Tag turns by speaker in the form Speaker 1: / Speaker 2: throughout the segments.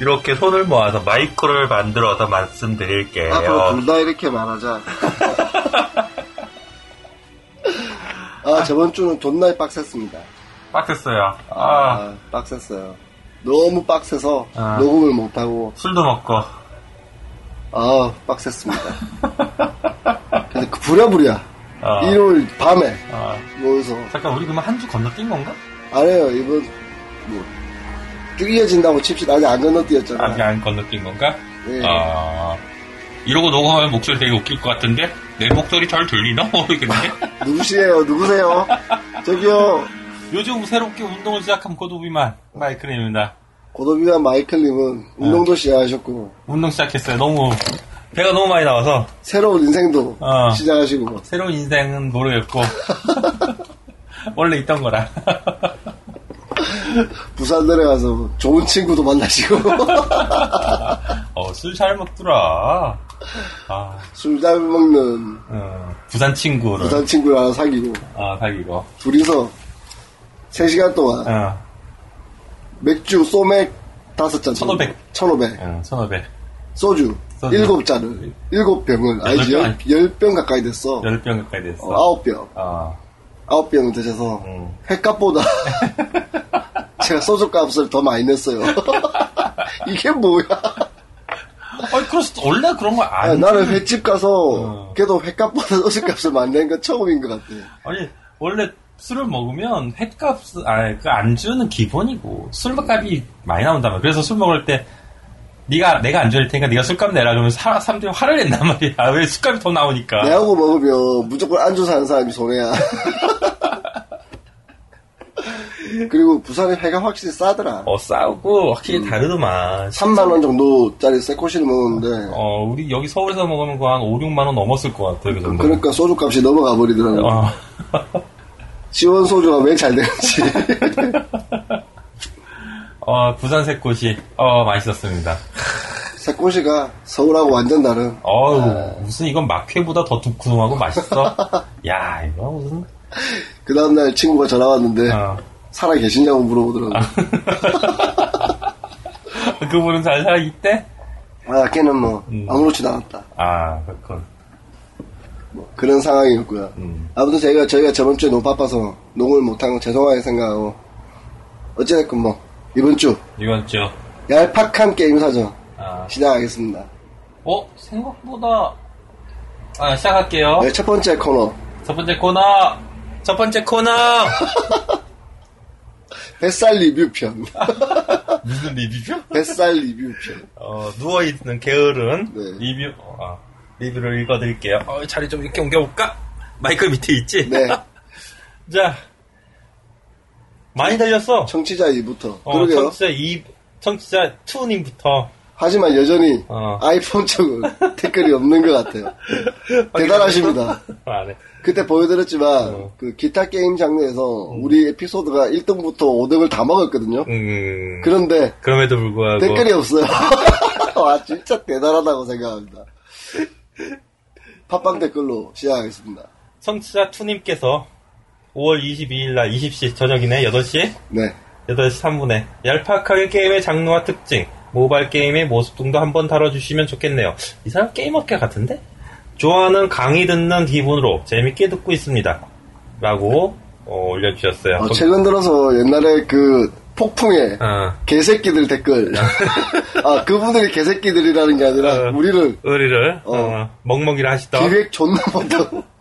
Speaker 1: 이렇게 손을 모아서 마이크를 만들어서 말씀드릴게요.
Speaker 2: 앞으로 아, 둘 다 이렇게 말하자. 아, 저번 주는 존나 빡셌습니다.
Speaker 1: 빡셌어요. 아,
Speaker 2: 아, 빡셌어요. 너무 빡세서
Speaker 1: 아.
Speaker 2: 녹음을 못하고,
Speaker 1: 술도 먹고. 어,
Speaker 2: 아, 빡셌습니다. 그래서 그 부랴부랴,
Speaker 1: 아,
Speaker 2: 일요일 밤에
Speaker 1: 아.
Speaker 2: 모여서,
Speaker 1: 잠깐 우리 그러면 한 주 건너뛴 건가?
Speaker 2: 안 해요, 이번, 뭐, 쭉 이어진다고 칩시다. 아직 안
Speaker 1: 아직
Speaker 2: 건너뛰었잖아.
Speaker 1: 안 건너뛴 건가?
Speaker 2: 네.
Speaker 1: 아, 이러고 녹음하면 목소리 되게 웃길 것 같은데? 내 목소리 잘 들리나? 모르겠네.
Speaker 2: 누구시에요? 누구세요? 저기요.
Speaker 1: 요즘 새롭게 운동을 시작한 고도비만 마이크입니다.
Speaker 2: 고도비와 마이클님은
Speaker 1: 아.
Speaker 2: 운동도 시작하셨고,
Speaker 1: 운동 시작했어요. 너무 배가 너무 많이 나와서
Speaker 2: 새로운 인생도
Speaker 1: 아.
Speaker 2: 시작하시고,
Speaker 1: 새로운 인생은 모르겠고 원래 있던 거라.
Speaker 2: 부산 내려가서 좋은 친구도 만나시고,
Speaker 1: 어술 잘 먹더라. 아
Speaker 2: 술 잘 먹는
Speaker 1: 음, 부산 친구를
Speaker 2: 부산 친구를 하나 사귀고,
Speaker 1: 아 사귀고.
Speaker 2: 둘이서 3시간 동안
Speaker 1: 어,
Speaker 2: 맥주, 소맥 다섯 잔.
Speaker 1: 1500.
Speaker 2: 1500.
Speaker 1: 응, 천오백
Speaker 2: 소주,
Speaker 1: 소주.
Speaker 2: 일곱 잔을, 일곱 병을, 아니지,
Speaker 1: 병
Speaker 2: 열,
Speaker 1: 아니-
Speaker 2: 열병 가까이 됐어.
Speaker 1: 열 병 가까이 됐어.
Speaker 2: 어, 아홉 병. 어.
Speaker 1: 아,
Speaker 2: 아홉 병을 드셔서,
Speaker 1: 음.
Speaker 2: 횟값보다, 제가 소주 값을 더 많이 냈어요. 이게 뭐야.
Speaker 1: 아니 그래서 원래 그런 거
Speaker 2: 아,
Speaker 1: 안.
Speaker 2: 나는 횟집 가서, 걔도 횟값보다 소주 값을 많이 낸 건 처음인 것 같아.
Speaker 1: 아니 원래 술을 먹으면 횟값 아그 안주는 기본이고 술값이 많이 나온다며 그래서 술 먹을 때 네가 내가 안주 할 테니까 네가 술값 내라 그러면 사, 사람들이 화를 낸단 말이야 왜 술값이 더 나오니까
Speaker 2: 내하고 먹으면 무조건 안주 사는 사람이 손해야. 그리고 부산의 회가 확실히 싸더라.
Speaker 1: 어 싸우고 확실히
Speaker 2: 음.
Speaker 1: 다르더만
Speaker 2: 3만원 정도짜리 새코시를 먹었는데,
Speaker 1: 어 우리 여기 서울에서 먹으면 그한 5, 6만 원 넘었을 것 같아 그 정도
Speaker 2: 그러니까 소주값이 넘어가 버리더라고.
Speaker 1: 어,
Speaker 2: 시원 소주가 왜 잘 되는지.
Speaker 1: 어 부산 새꽃이 어 맛있었습니다
Speaker 2: 새코시가 서울하고 완전 다른.
Speaker 1: 어우 무슨 이건 막회보다 더 두툼하고 맛있어 야 이거 무슨
Speaker 2: 그 다음날 친구가 전화 왔는데,
Speaker 1: 어. 아.
Speaker 2: 살아 계시냐고 물어보더라고.
Speaker 1: 그분은 잘 살아 있대?
Speaker 2: 아, 걔는 뭐,
Speaker 1: 음.
Speaker 2: 아무렇지도 않았다.
Speaker 1: 아, 그렇군.
Speaker 2: 뭐 그런 상황이었고요.
Speaker 1: 음.
Speaker 2: 아무튼 저희가 저희가 저번 주에 너무 바빠서 녹음을 못한 거 죄송하게 생각하고 어찌됐건 뭐 이번 주
Speaker 1: 이번 주.
Speaker 2: 얄팍한 게임 사전
Speaker 1: 아,
Speaker 2: 시작하겠습니다.
Speaker 1: 어, 생각보다. 아, 시작할게요.
Speaker 2: 네, 첫 번째 코너
Speaker 1: 첫 번째 코너! 첫 번째 코너!
Speaker 2: 뱃살 리뷰편.
Speaker 1: 무슨 리뷰죠?
Speaker 2: 뱃살 리뷰편.
Speaker 1: 어, 누워있는 게으른
Speaker 2: 네.
Speaker 1: 리뷰, 어, 리뷰를 읽어드릴게요. 어, 자리 좀 이렇게 옮겨볼까? 마이크 밑에 있지?
Speaker 2: 네,
Speaker 1: 자. 많이 달렸어.
Speaker 2: 청취자 2부터.
Speaker 1: 어,
Speaker 2: 그러게요.
Speaker 1: 청취자 2, 청취자 2님부터.
Speaker 2: 하지만 여전히
Speaker 1: 어.
Speaker 2: 아이폰 쪽은 댓글이 없는 것 같아요. 대단하십니다.
Speaker 1: 아, 네.
Speaker 2: 그때 보여드렸지만
Speaker 1: 어.
Speaker 2: 그 기타 게임 장르에서 우리 에피소드가 1등부터 5등을 다 먹었거든요.
Speaker 1: 음.
Speaker 2: 그런데
Speaker 1: 그럼에도 불구하고.
Speaker 2: 댓글이 없어요. 와, 진짜 대단하다고 생각합니다. 팟빵 댓글로 시작하겠습니다.
Speaker 1: 청취자 투님께서 5월 22일 날 20시 저녁이네 8시
Speaker 2: 네.
Speaker 1: 8시 3분에 얄팍하게 게임의 장르와 특징 모바일 게임의 모습 등도 한번 다뤄주시면 좋겠네요 이 사람 게임업계 같은데? 좋아하는 강의 듣는 기분으로 재밌게 듣고 있습니다 라고 어, 올려주셨어요
Speaker 2: 어, 최근 들어서 옛날에 그 폭풍에
Speaker 1: 아,
Speaker 2: 개새끼들 댓글. 아, 그분들이 개새끼들이라는 게 아니라
Speaker 1: 어.
Speaker 2: 우리를
Speaker 1: 의리를
Speaker 2: 어.
Speaker 1: 어, 먹먹이라 하시던
Speaker 2: 기획 존나 못하고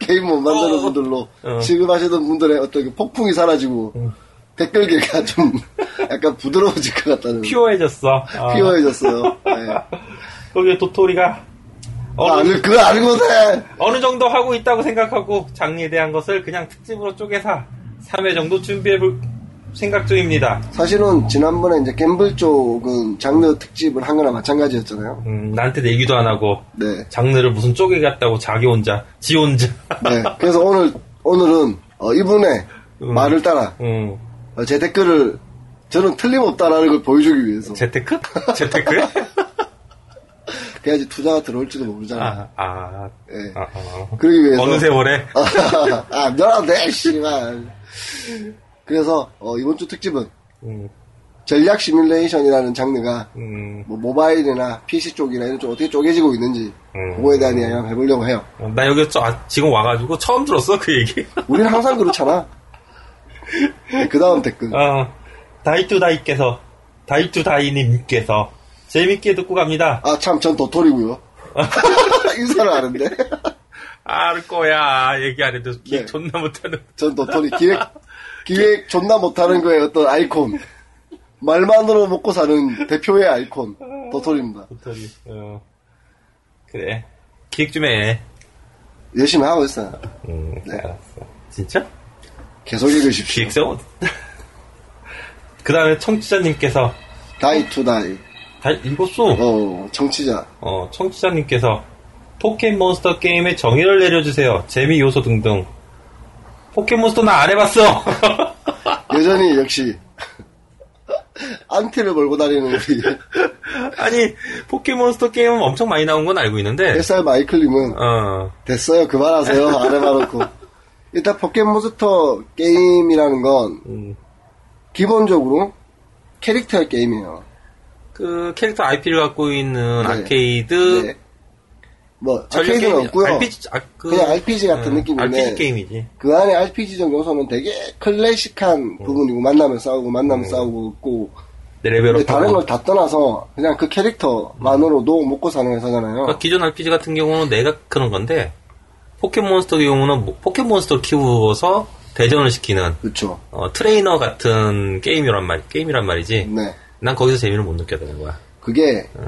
Speaker 2: 게임 못 만드는 분들로
Speaker 1: 어.
Speaker 2: 지금 하시던 분들의 어떤 그 폭풍이 사라지고 댓글계가 좀 약간 부드러워질 것 같다는.
Speaker 1: 피오해졌어 아,
Speaker 2: 피어해졌어요. 네.
Speaker 1: 거기에 도토리가
Speaker 2: 아,
Speaker 1: 어느,
Speaker 2: 그- 그거 알고 돼!
Speaker 1: 어느 정도 하고 있다고 생각하고 장르에 대한 것을 그냥 특집으로 쪼개서 3회 정도 준비해볼 생각 중입니다.
Speaker 2: 사실은 지난번에 이제 갬블 쪽은 장르 특집을 한 거나 마찬가지였잖아요.
Speaker 1: 음, 나한테 내기도 안 하고
Speaker 2: 네.
Speaker 1: 장르를 무슨 쪼개갔다고 자기 혼자, 지 혼자.
Speaker 2: 네. 그래서 오늘, 오늘은, 어, 이분의
Speaker 1: 음.
Speaker 2: 말을 따라,
Speaker 1: 음,
Speaker 2: 어, 제 댓글을, 저는 틀림없다라는 걸 보여주기 위해서.
Speaker 1: 재테크? 재테크?
Speaker 2: 그래야지 투자가 들어올지도 모르잖아.
Speaker 1: 아, 아,
Speaker 2: 예.
Speaker 1: 아, 아.
Speaker 2: 그러기 위해서.
Speaker 1: 어느 세월에?
Speaker 2: 아, 너라 내, 씨발. 그래서, 어, 이번 주 특집은,
Speaker 1: 음,
Speaker 2: 전략 시뮬레이션이라는 장르가
Speaker 1: 음,
Speaker 2: 뭐 모바일이나 PC 쪽이나 이런 쪽 어떻게 쪼개지고 있는지
Speaker 1: 음.
Speaker 2: 그거에 대한 이야기 한번 해보려고 해요.
Speaker 1: 나 여기 저, 아, 지금 와가지고 처음 들었어 그 얘기.
Speaker 2: 우리는 항상 그렇잖아. 그 다음 댓글.
Speaker 1: 아, 다이투다이께서 다이투다이님께서 재밌게 듣고 갑니다.
Speaker 2: 아, 참, 전 도토리고요 인사를 아는데.
Speaker 1: 알 거야 얘기 안 해도 기억
Speaker 2: 네.
Speaker 1: 존나 못하는.
Speaker 2: 전 도토리. 기획, 기획 존나 못하는 거에 어떤 아이콘. 말만으로 먹고 사는 대표의 아이콘. 도토리입니다.
Speaker 1: 도토리. 어. 그래. 기획 좀 해.
Speaker 2: 열심히 하고 있어요.
Speaker 1: 음,
Speaker 2: 네.
Speaker 1: 알았어. 진짜?
Speaker 2: 계속 읽으십시오.
Speaker 1: 기획서 어디? 그 다음에 청취자님께서
Speaker 2: 다이 투 다이.
Speaker 1: 다 읽었어.
Speaker 2: 어, 정치자.
Speaker 1: 어, 청취자님께서 포켓몬스터 게임의 정의를 내려주세요. 재미 요소 등등. 포켓몬스터 나 안 해봤어.
Speaker 2: 여전히 역시. 안티를 몰고 다니는 우리
Speaker 1: 아니 포켓몬스터 게임은 엄청 많이 나온 건 알고 있는데.
Speaker 2: SR 마이클님은
Speaker 1: 어,
Speaker 2: 됐어요. 그만하세요. 안 해봐놓고. 일단 포켓몬스터 게임이라는 건
Speaker 1: 음,
Speaker 2: 기본적으로 캐릭터 게임이에요.
Speaker 1: 그 캐릭터 IP를 갖고 있는
Speaker 2: 네.
Speaker 1: 아케이드
Speaker 2: 네. 뭐
Speaker 1: 그 전략
Speaker 2: 아케이드는
Speaker 1: 게임이-
Speaker 2: 없고요.
Speaker 1: RPG, 아, 그,
Speaker 2: 그냥 RPG 같은 느낌인데.
Speaker 1: RPG 게임이지.
Speaker 2: 그 안에 RPG적 요소는 되게
Speaker 1: 어.
Speaker 2: 클래식한 부분이고 만나면 싸우고 만나면 싸우고 있고 근데
Speaker 1: 레벨업.
Speaker 2: 다른 걸 다 떠나서 그냥 그
Speaker 1: 음.
Speaker 2: 캐릭터만으로도 먹고 사는 회사잖아요.
Speaker 1: 그러니까 기존 RPG 같은 경우는 내가 그런 건데 포켓몬스터 경우는 뭐- 포켓몬스터 키워서 대전을 시키는
Speaker 2: 그렇죠.
Speaker 1: 어, 트레이너 같은 게임이란 말 게임이란 말이지.
Speaker 2: 네.
Speaker 1: 난 거기서 재미를 못 느꼈다는 거야.
Speaker 2: 그게
Speaker 1: 네.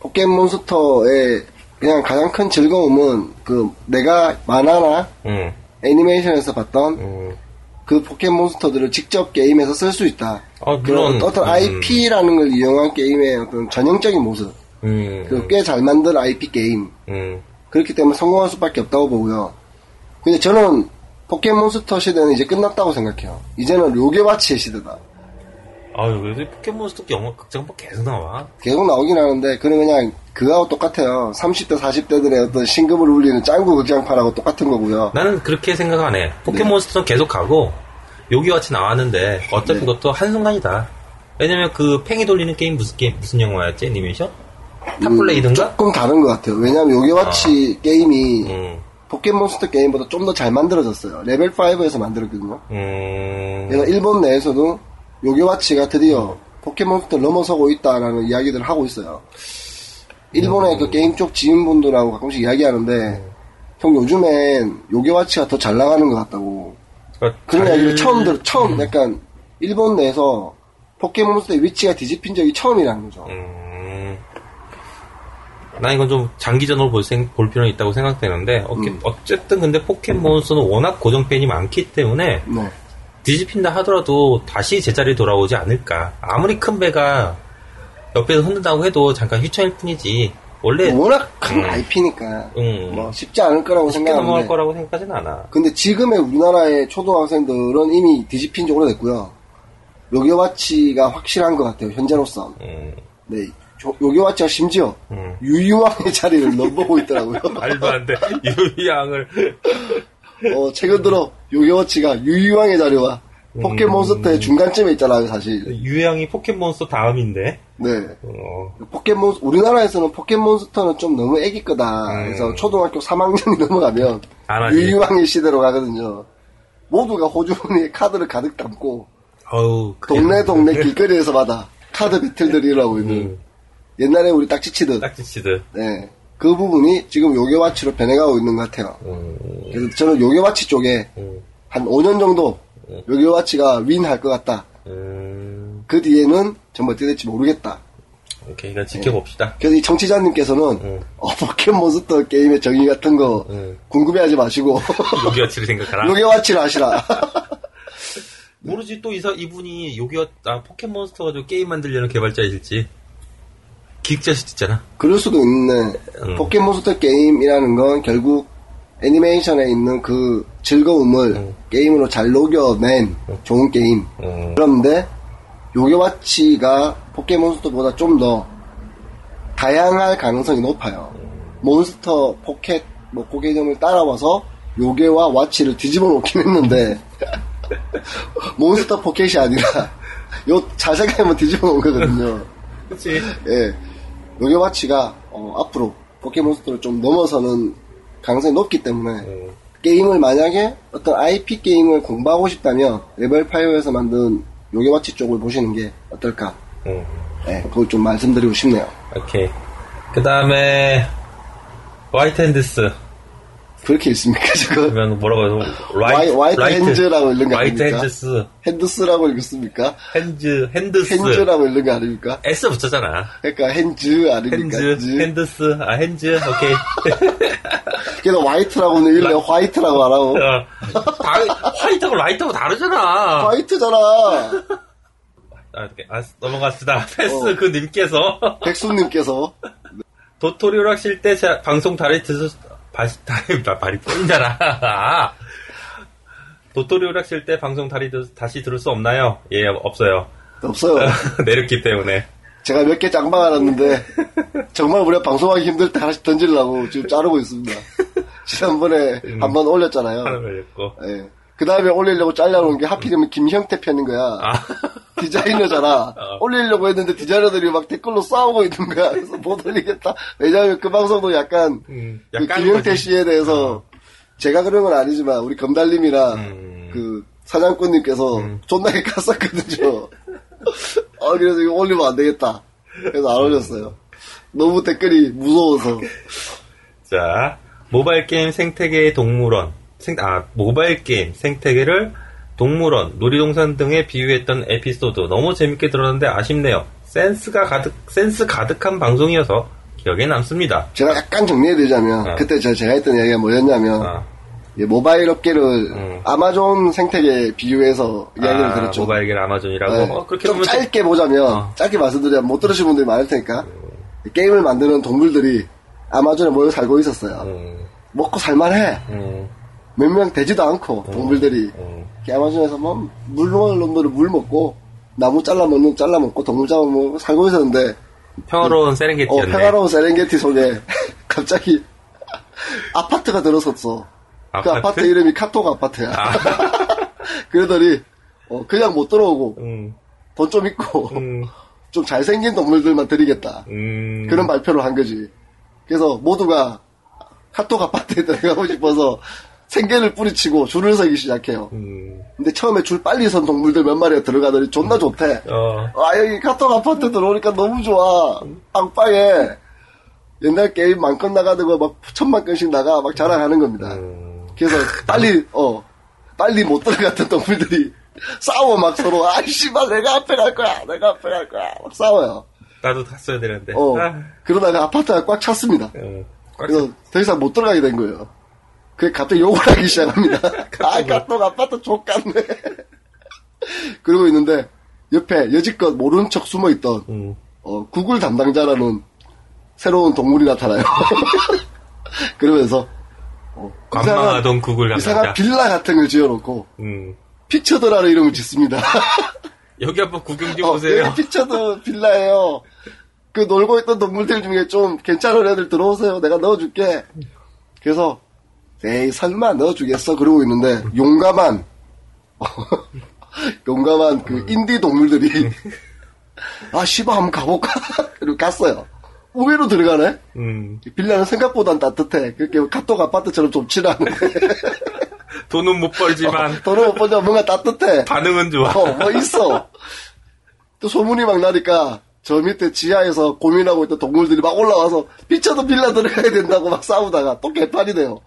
Speaker 2: 포켓몬스터의 그냥 가장 큰 즐거움은 그 내가 만화나
Speaker 1: 응,
Speaker 2: 애니메이션에서 봤던
Speaker 1: 응,
Speaker 2: 그 포켓몬스터들을 직접 게임에서 쓸 수 있다.
Speaker 1: 아,
Speaker 2: 그런
Speaker 1: 물론,
Speaker 2: 어떤
Speaker 1: 음.
Speaker 2: IP라는 걸 이용한 게임의 어떤 전형적인 모습.
Speaker 1: 응,
Speaker 2: 그리고 꽤 잘 만든 IP 게임.
Speaker 1: 응,
Speaker 2: 그렇기 때문에 성공할 수밖에 없다고 보고요. 근데 저는 포켓몬스터 시대는 이제 끝났다고 생각해요. 이제는 요괴와치의 시대다.
Speaker 1: 아유, 왜 이렇게 포켓몬스터 영화 극장판 계속 나와?
Speaker 2: 계속 나오긴 하는데 그는 그냥 그거하고 똑같아요. 30대 40대들의 어떤 신금을 울리는 짱구 극장판하고 똑같은 거고요.
Speaker 1: 나는 그렇게 생각 안 해. 포켓몬스터는 계속 가고, 요기같이 나왔는데, 어차피
Speaker 2: 네.
Speaker 1: 그것도 한순간이다. 왜냐면 그 팽이 돌리는 게임 무슨 게임, 무슨 영화였지? 애니메이션?
Speaker 2: 음,
Speaker 1: 탑플레이든가? 아.
Speaker 2: 조금 다른 것 같아요. 왜냐하면 요괴와치 게임이
Speaker 1: 음,
Speaker 2: 포켓몬스터 게임보다 좀 더 잘 만들어졌어요. 레벨 5에서 만들었거든요.
Speaker 1: 음,
Speaker 2: 그래서 일본 내에서도 요괴와치가 드디어 포켓몬스터를 넘어서고 있다라는 이야기들을 하고 있어요.
Speaker 1: 음.
Speaker 2: 일본의 그 게임 쪽 지인분들하고 가끔씩 이야기하는데 형 요즘엔 요괴와치가 더 잘 나가는 것 같다고
Speaker 1: 그러니까
Speaker 2: 그런
Speaker 1: 잘-
Speaker 2: 이야기를 처음 들 처음 약간 일본 내에서 포켓몬스터의 위치가 뒤집힌 적이 처음이라는 거죠.
Speaker 1: 음. 난 이건 좀 장기전으로 볼, 생- 볼 필요는 있다고 생각되는데 어깨-
Speaker 2: 음.
Speaker 1: 어쨌든 근데 포켓몬스터는 워낙 고정 팬이 많기 때문에
Speaker 2: 네.
Speaker 1: 뒤집힌다 하더라도 다시 제자리에 돌아오지 않을까 아무리 큰 배가 옆에서 흔든다고 해도 잠깐 휘청일 뿐이지 원래
Speaker 2: 워낙 큰
Speaker 1: 음.
Speaker 2: IP니까
Speaker 1: 음.
Speaker 2: 뭐 쉽지 않을 거라고
Speaker 1: 쉽게 넘어갈
Speaker 2: 뭐 생각하는데
Speaker 1: 거라고 생각하진 않아
Speaker 2: 근데 지금의 우리나라의 초등학생들은 이미 뒤집힌 지 오래됐고요. 요괴와치가 확실한 것 같아요, 현재로서.
Speaker 1: 음,
Speaker 2: 네. 조- 요괴와치가 심지어
Speaker 1: 음.
Speaker 2: 유유왕의 자리를 넘보고 있더라고요.
Speaker 1: 말도 안돼 유희양을
Speaker 2: 어, 최근 들어 요괴와치가 유유왕의 자리와
Speaker 1: 음.
Speaker 2: 포켓몬스터의 중간쯤에 있잖아요, 사실.
Speaker 1: 유희양이 포켓몬스터 다음인데
Speaker 2: 네.
Speaker 1: 어,
Speaker 2: 포켓몬 우리나라에서는 포켓몬스터는 좀 너무 애기 거다. 그래서 초등학교 3학년이 넘어가면
Speaker 1: 음. 안 하지.
Speaker 2: 유유왕의 시대로 가거든요. 모두가 호주머니에 카드를 가득 담고
Speaker 1: 어우 음. 그게
Speaker 2: 동네 동네 길거리에서마다 카드 배틀들이 일어나고 있는
Speaker 1: 음.
Speaker 2: 옛날에 우리 딱지치듯
Speaker 1: 딱지치듯
Speaker 2: 네. 그 부분이 지금 요괴와치로 변해가고 있는 것 같아요.
Speaker 1: 음,
Speaker 2: 그래서 저는 요괴와치 쪽에
Speaker 1: 음,
Speaker 2: 한 5년 정도 요괴와치가 윈할 것 같다.
Speaker 1: 음.
Speaker 2: 그 뒤에는 정말 어떻게 될지 모르겠다.
Speaker 1: 오케이, 그냥 지켜봅시다.
Speaker 2: 그래서 이 정치자님께서는 어, 포켓몬스터 게임의 정의 같은 거
Speaker 1: 음.
Speaker 2: 궁금해하지 마시고
Speaker 1: 요기어치를 생각하라.
Speaker 2: 요괴와치를 하시라.
Speaker 1: 모르지 또 이사 이분이 요기어 아 포켓몬스터 가지고 게임 만들려는 개발자이실지 기획자실지잖아.
Speaker 2: 그럴 수도 있는데
Speaker 1: 음.
Speaker 2: 포켓몬스터 게임이라는 건 결국 애니메이션에 있는 그 즐거움을 게임으로 잘 녹여낸 좋은 게임.
Speaker 1: 음,
Speaker 2: 그런데 요괴와치가 포켓몬스터보다 좀 더 다양할 가능성이 높아요.
Speaker 1: 음.
Speaker 2: 몬스터 포켓 뭐 고개점을 따라와서 요괴와 와치를 뒤집어 놓긴 했는데 몬스터 포켓이 아니라 요 자세가 한번 뒤집어 놓은 거거든요.
Speaker 1: 그치.
Speaker 2: 예. 요게와치가 어, 앞으로 포켓몬스터를 좀 넘어서는 가능성이 높기 때문에
Speaker 1: 음.
Speaker 2: 게임을 만약에 어떤 IP 게임을 공부하고 싶다면 레벨 파이어에서 만든 요게와치 쪽을 보시는 게 어떨까?
Speaker 1: 음.
Speaker 2: 예, 그걸 좀 말씀드리고 싶네요.
Speaker 1: 오케이. 그 다음에, 화이트 핸드스.
Speaker 2: 그렇게 있습니까, 저거?
Speaker 1: 그러면 뭐라고 해서,
Speaker 2: 와이- 화이트 핸즈라고 읽는 거
Speaker 1: 화이트
Speaker 2: 아닙니까?
Speaker 1: 핸드스.
Speaker 2: 핸드스라고 읽었습니까?
Speaker 1: 핸즈, 핸드스.
Speaker 2: 핸즈라고 읽는 거 아닙니까?
Speaker 1: S 붙였잖아.
Speaker 2: 그러니까 핸즈 아닙니까?
Speaker 1: 핸즈, 핸드스. 아, 핸즈, 오케이.
Speaker 2: 그래서 화이트라고는 읽래 화이트라고 안 하고
Speaker 1: 어, 다, 화이트하고 라이트하고 다르잖아.
Speaker 2: 화이트잖아.
Speaker 1: 아, 이렇게, 아, 넘어갑시다. 패스 그 님께서
Speaker 2: 백수님께서
Speaker 1: 도토리 오락실 때 자- 방송 다리 드셨 바시 다리 바- 발이 뿌린잖아. 아. 도토리 오락실 때 방송 다리 드- 다시 들을 수 없나요? 예, 없어요.
Speaker 2: 없어요.
Speaker 1: 내렸기 때문에.
Speaker 2: 제가 몇 개 짱방 알았는데 정말 우리가 방송하기 힘들 때 하나씩 던지려고 지금 자르고 있습니다. 지난번에 한 번
Speaker 1: 하나
Speaker 2: 올렸잖아요.
Speaker 1: 걸렸고.
Speaker 2: 예. 그 다음에 올리려고 잘라놓은 게 하필이면 김형태 편인 거야.
Speaker 1: 아,
Speaker 2: 디자이너잖아.
Speaker 1: 어.
Speaker 2: 올리려고 했는데 디자이너들이 막 댓글로 싸우고 있는 거야. 그래서 못 올리겠다. 왜냐하면 그 방송도 약간,
Speaker 1: 음,
Speaker 2: 그
Speaker 1: 약간인 거지.
Speaker 2: 김영태
Speaker 1: 어.
Speaker 2: 씨에 대해서 제가 그런 건 아니지만 우리 검달님이랑
Speaker 1: 음.
Speaker 2: 그 사장꾼님께서 존나게 깠었거든요. 아 그래서 이거 올리면 안 되겠다. 그래서 안 올렸어요. 너무 댓글이 무서워서.
Speaker 1: 자, 모바일 게임 생태계의 동물원. 생, 아, 모바일 게임 생태계를 동물원, 놀이동산 등에 비유했던 에피소드. 너무 재밌게 들었는데 아쉽네요. 센스가 가득, 센스 가득한 방송이어서 기억에 남습니다.
Speaker 2: 제가 약간 정리해드리자면
Speaker 1: 아.
Speaker 2: 그때 제가, 제가 했던 이야기가 뭐였냐면
Speaker 1: 아,
Speaker 2: 예, 모바일 업계를
Speaker 1: 음.
Speaker 2: 아마존 생태계 비유해서 이야기를
Speaker 1: 아,
Speaker 2: 들었죠.
Speaker 1: 모바일 게임 아마존이라고.
Speaker 2: 네.
Speaker 1: 어, 그렇게
Speaker 2: 좀
Speaker 1: 보면 좀-
Speaker 2: 짧게 보자면
Speaker 1: 어.
Speaker 2: 짧게 말씀드리면 못 들으신 분들이 많을 테니까 게임을 만드는 동물들이 아마존에 모여 살고 있었어요.
Speaker 1: 음,
Speaker 2: 먹고 살만해.
Speaker 1: 음,
Speaker 2: 몇 명 되지도 않고 동물들이
Speaker 1: 음.
Speaker 2: 이렇게 아마존에서 뭐 물먹을 놈들은 물 먹고 나무 잘라 먹는 잘라 먹고 동물 잡아 먹고 살고 있었는데
Speaker 1: 평화로운
Speaker 2: 어,
Speaker 1: 세렝게티였네.
Speaker 2: 평화로운 세렝게티 속에 갑자기 아파트가 들어섰어. 그
Speaker 1: 아파트?
Speaker 2: 아파트 이름이 카톡 아파트야. 그러더니 어, 그냥 못 들어오고
Speaker 1: 음,
Speaker 2: 돈 좀 있고
Speaker 1: 음,
Speaker 2: 좀 잘생긴 동물들만 드리겠다.
Speaker 1: 음.
Speaker 2: 그런 발표를 한 거지. 그래서 모두가 카톡 아파트에 들어가고 싶어서 생계를 뿌리치고 줄을 서기 시작해요.
Speaker 1: 음,
Speaker 2: 근데 처음에 줄 빨리 선 동물들 몇 마리가 들어가더니 존나 좋대.
Speaker 1: 어,
Speaker 2: 아, 여기 카톡 아파트 들어오니까 너무 좋아. 빵빵해. 옛날 게임 만건 나가지고 막 천만 건씩 나가 막 자랑하는 겁니다.
Speaker 1: 음.
Speaker 2: 그래서 빨리 어 빨리 못 들어갔던 동물들이 싸워 막 서로 아 씨발 내가 앞에 갈 거야 내가 앞에 갈 거야 막 싸워요.
Speaker 1: 나도 탔어야 되는데.
Speaker 2: 어
Speaker 1: 아,
Speaker 2: 그러다가 아파트가 꽉 찼습니다.
Speaker 1: 음, 꽉
Speaker 2: 그래서 더 이상 못 들어가게 된 거예요. 그게 갑자기 욕을 하기 시작합니다. 아, 카톡 아파트 족같네. 그러고 있는데, 옆에 여지껏 모른 척 숨어 있던,
Speaker 1: 음.
Speaker 2: 어, 구글 담당자라는 새로운 동물이 나타나요. 그러면서, 어,
Speaker 1: 관망하던 구글
Speaker 2: 이상한,
Speaker 1: 담당자.
Speaker 2: 이상한 빌라 같은 걸 지어놓고,
Speaker 1: 음.
Speaker 2: 피처드라는 이름을 짓습니다.
Speaker 1: 여기 한번 구경 좀
Speaker 2: 어,
Speaker 1: 오세요.
Speaker 2: 여기 피처드 빌라예요. 그 놀고 있던 동물들 중에 좀 괜찮은 애들 들어오세요. 내가 넣어줄게. 그래서 에이 설마 넣어주겠어 그러고 있는데 용감한 용감한
Speaker 1: 음.
Speaker 2: 그 인디 동물들이 아 씨발 한번 가볼까 그리고 갔어요. 의외로 들어가네.
Speaker 1: 음.
Speaker 2: 빌라는 생각보단 따뜻해. 그렇게 카톡 아파트처럼 좋지는 않은데
Speaker 1: 돈은 못 벌지만
Speaker 2: 도로 보자 뭔가 따뜻해.
Speaker 1: 반응은 좋아.
Speaker 2: 어, 뭐 있어. 또 소문이 막 나니까 저 밑에 지하에서 고민하고 있던 동물들이 막 올라와서 피쳐도 빌라 들어가야 된다고 막 싸우다가 또 개판이 돼요.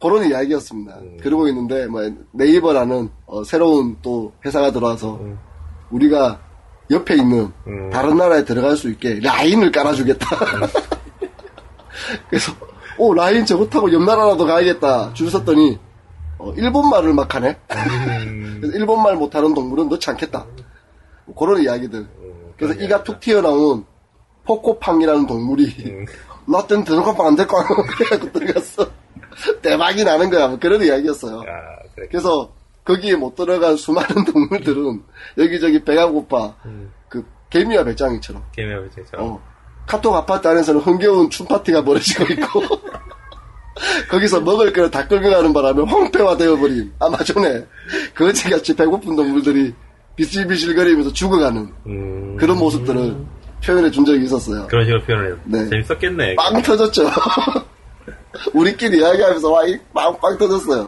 Speaker 2: 그런 이야기였습니다. 그러고 있는데 뭐 네이버라는 어, 새로운 또 회사가 들어와서 우리가 옆에 있는
Speaker 1: 음.
Speaker 2: 다른 나라에 들어갈 수 있게 라인을 깔아주겠다. 그래서 오 라인 저거 타고 옆 나라라도 가야겠다 줄 섰더니 어, 일본 말을 막 하네.
Speaker 1: 음.
Speaker 2: 그래서 일본 말 못하는 동물은 넣지 않겠다. 뭐 그런 이야기들. 그래서 이가 툭 튀어나온 포코팡이라는 동물이 나땐 들어가면 안 될 거야. 그래갖고 들어갔어. 대박이 나는 거야. 뭐 그런 이야기였어요.
Speaker 1: 아, 그래.
Speaker 2: 그래서 거기에 못 들어간 수많은 동물들은 여기저기 배가 고파. 그 개미와 배짱이처럼.
Speaker 1: 게임해 보세요.
Speaker 2: 어. 카톡 아파트 안에서는 흥겨운 춤파티가 벌어지고 있고 거기서 먹을 거를 다 끌고 가는 바람에 황폐화 되어버린 아마존에 거지같이 배고픈 동물들이 비실비실거리면서 죽어가는
Speaker 1: 음,
Speaker 2: 그런 모습들을 표현해 준 적이 있었어요.
Speaker 1: 그런 식으로 표현해요.
Speaker 2: 네.
Speaker 1: 재밌었겠네.
Speaker 2: 빵 터졌죠. 우리끼리 이야기하면서 와, 이 빵, 빵 터졌어요.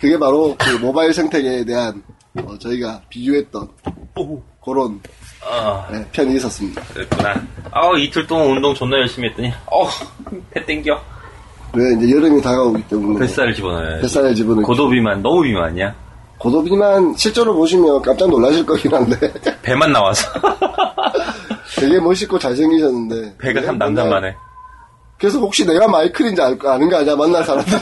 Speaker 2: 그게 바로 그 모바일 생태계에 대한 어, 저희가 비유했던
Speaker 1: 오우.
Speaker 2: 그런
Speaker 1: 아,
Speaker 2: 네, 편이 있었습니다.
Speaker 1: 그랬구나. 아우, 이틀 동안 운동 존나 열심히 했더니, 어우, 배 땡겨.
Speaker 2: 왜 이제 여름이 다가오기 때문에
Speaker 1: 뱃살을 집어넣어야지.
Speaker 2: 뱃살의 지분을
Speaker 1: 고도비만, 너무 비만이야.
Speaker 2: 고도비만 실제로 보시면 깜짝 놀라실 거긴 한데
Speaker 1: 배만 나와서.
Speaker 2: 되게 멋있고 잘생기셨는데
Speaker 1: 배가
Speaker 2: 네,
Speaker 1: 참 남자만 해.
Speaker 2: 그래서 혹시 내가 마이클인지 알, 아는 거 아니야 만날 사람들이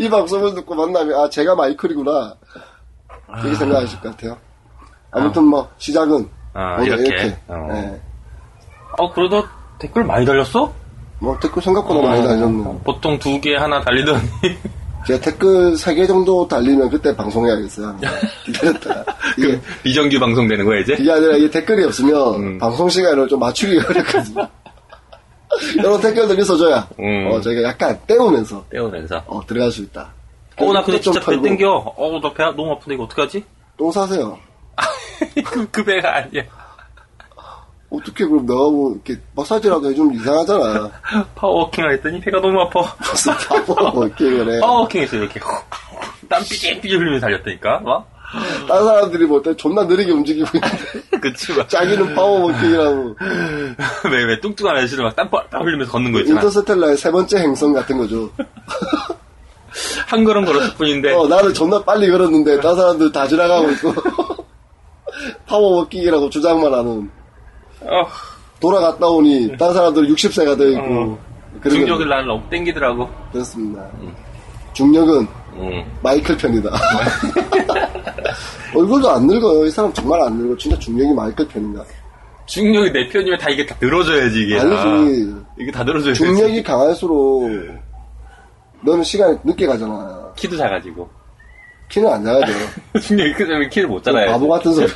Speaker 2: 이 방송을 듣고 만나면 아 제가 마이클이구나 이렇게 생각하실 것 같아요 아무튼 뭐 시작은
Speaker 1: 아,
Speaker 2: 오늘
Speaker 1: 이렇게. 어.
Speaker 2: 네.
Speaker 1: 어, 그러다 댓글 많이 달렸어?
Speaker 2: 뭐 댓글 생각보다 많이
Speaker 1: 어.
Speaker 2: 달렸네요 그
Speaker 1: 보통 두 개 하나 달리더니.
Speaker 2: 제가 댓글 3개 정도 달리면 그때 방송해야겠어요 기다렸다가
Speaker 1: 그
Speaker 2: 예. 이게,
Speaker 1: 비정규 방송 되는 거야, 이제?
Speaker 2: 이게 아니라 이게 댓글이 없으면
Speaker 1: 음.
Speaker 2: 방송 시간을 좀 맞추기가 어렵거든요 이런 댓글들이 있어줘야
Speaker 1: 음.
Speaker 2: 어, 저희가 약간 때우면서
Speaker 1: 때우면서.
Speaker 2: 어, 들어갈 수 있다
Speaker 1: 어, 나 근데
Speaker 2: 좀
Speaker 1: 진짜 배
Speaker 2: 털고.
Speaker 1: 땡겨. 어, 나 배 너무 아픈데 이거 어떡하지?
Speaker 2: 똥 사세요
Speaker 1: 그, 그 배가 아니야.
Speaker 2: 어떻게 그럼 너하고 이렇게 마사지라도 해주면 이상하잖아.
Speaker 1: 파워워킹을 했더니 배가 너무 아파.
Speaker 2: 무슨 바보라고 뭐 이렇게 그래.
Speaker 1: 파워워킹 했어요, 이렇게. 땀 삐질삐질 흘리면서 달렸다니까, 어? 막.
Speaker 2: 다른 사람들이 볼 때 존나 느리게 움직이고 있는데
Speaker 1: 그치, 막.
Speaker 2: 자기는 뭐 파워워킹이라고
Speaker 1: 왜, 왜, 뚱뚱한 아저씨를 막 땀, 뻘뻘 흘리면서 걷는 거 있잖아.
Speaker 2: 인터스텔라의 세 번째 행성 같은 거죠.
Speaker 1: 한 걸음 걸었을 뿐인데.
Speaker 2: 어, 나는 존나 빨리 걸었는데 다른 사람들 다 지나가고 있고 파워워킹이라고 주장만 하는
Speaker 1: 어,
Speaker 2: 돌아갔다 오니 다른 사람들은 60세가 돼 있고
Speaker 1: 어.
Speaker 2: 그런
Speaker 1: 중력을
Speaker 2: 거-
Speaker 1: 날 너무 땡기더라고.
Speaker 2: 그렇습니다. 중력은
Speaker 1: 음.
Speaker 2: 마이클 편이다. 얼굴도 안 늙어요. 이 사람 정말 안 늙어. 진짜 중력이 마이클 편이다.
Speaker 1: 중력이 내 편이면 다 이게 다 늘어져야지, 이게.
Speaker 2: 아니지.
Speaker 1: 아, 이게 다 늘어져야지.
Speaker 2: 중력이 강할수록 너는 시간이 늦게 가잖아.
Speaker 1: 키도 작아지고.
Speaker 2: 키는 안 작아져.
Speaker 1: 중력이 크면 키를 못 자라야
Speaker 2: 바보 같은 소리.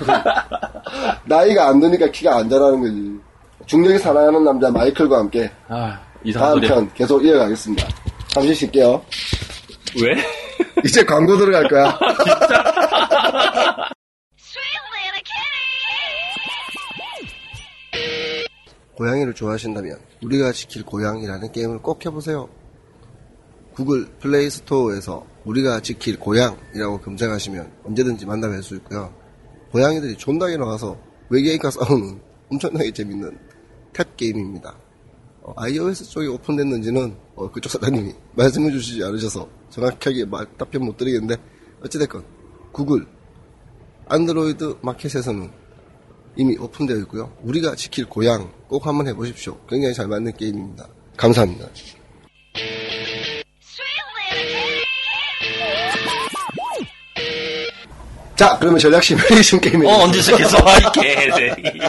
Speaker 2: 나이가 안 드니까 키가 안 자라는 거지. 중력이 사랑하는 남자 마이클과 함께
Speaker 1: 아, 이상한
Speaker 2: 다음
Speaker 1: 소리야.
Speaker 2: 편 계속 이어가겠습니다. 잠시 쉴게요.
Speaker 1: 왜?
Speaker 2: 이제 광고 들어갈 거야.
Speaker 3: Sweet little kitty!
Speaker 2: 고양이를 좋아하신다면 우리가 지킬 고양이라는 게임을 꼭 해보세요. 구글 플레이 스토어에서 우리가 지킬 고양이라고 검색하시면 언제든지 만나뵐 수 있고요. 고양이들이 존나게 나와서 외계인과 싸우는 엄청나게 재밌는 탭 게임입니다. 어, iOS 쪽에 오픈됐는지는 어, 그쪽 사장님이 말씀해 주시지 않으셔서 정확하게 말- 답변 못 드리겠는데 어찌됐건 구글 안드로이드 마켓에서는 이미 오픈되어 있고요. 우리가 지킬 고향 꼭 한번 해보십시오. 굉장히 잘 맞는 게임입니다. 감사합니다.
Speaker 3: Sweet little kitty!
Speaker 2: 자, 그러면 전략 시뮬레이션 게임에
Speaker 1: 어,
Speaker 2: 대해서
Speaker 1: 언제 시작했어? 아, 이 개새끼.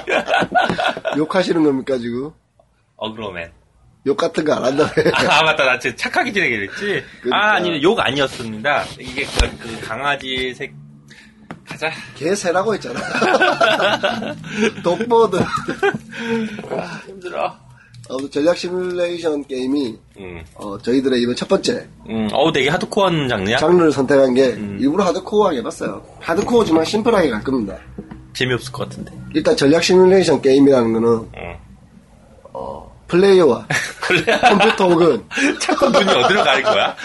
Speaker 2: 욕하시는 겁니까 지금?
Speaker 1: 어그로맨.
Speaker 2: 욕 같은 거 안 한다며.
Speaker 1: 아, 맞다. 나 지금 착하게 지내겠지?
Speaker 2: 그러니까.
Speaker 1: 아, 아니, 욕 아니었습니다. 이게 그, 그 강아지 색, 가자.
Speaker 2: 개새라고 했잖아. 독보드.
Speaker 1: 아, 힘들어.
Speaker 2: 어, 전략 시뮬레이션 게임이
Speaker 1: 음.
Speaker 2: 어, 저희들의 이번 첫 번째
Speaker 1: 음, 어우, 되게 하드코어한 장르야?
Speaker 2: 장르를 선택한 게
Speaker 1: 음.
Speaker 2: 일부러 하드코어하게 해봤어요. 하드코어지만 심플하게 갈 겁니다.
Speaker 1: 재미없을 것 같은데.
Speaker 2: 일단 전략 시뮬레이션 게임이라는 거는
Speaker 1: 응.
Speaker 2: 어, 플레이어와
Speaker 1: 그래.
Speaker 2: 컴퓨터 혹은
Speaker 1: 자꾸 눈이 어디로 가는 거야?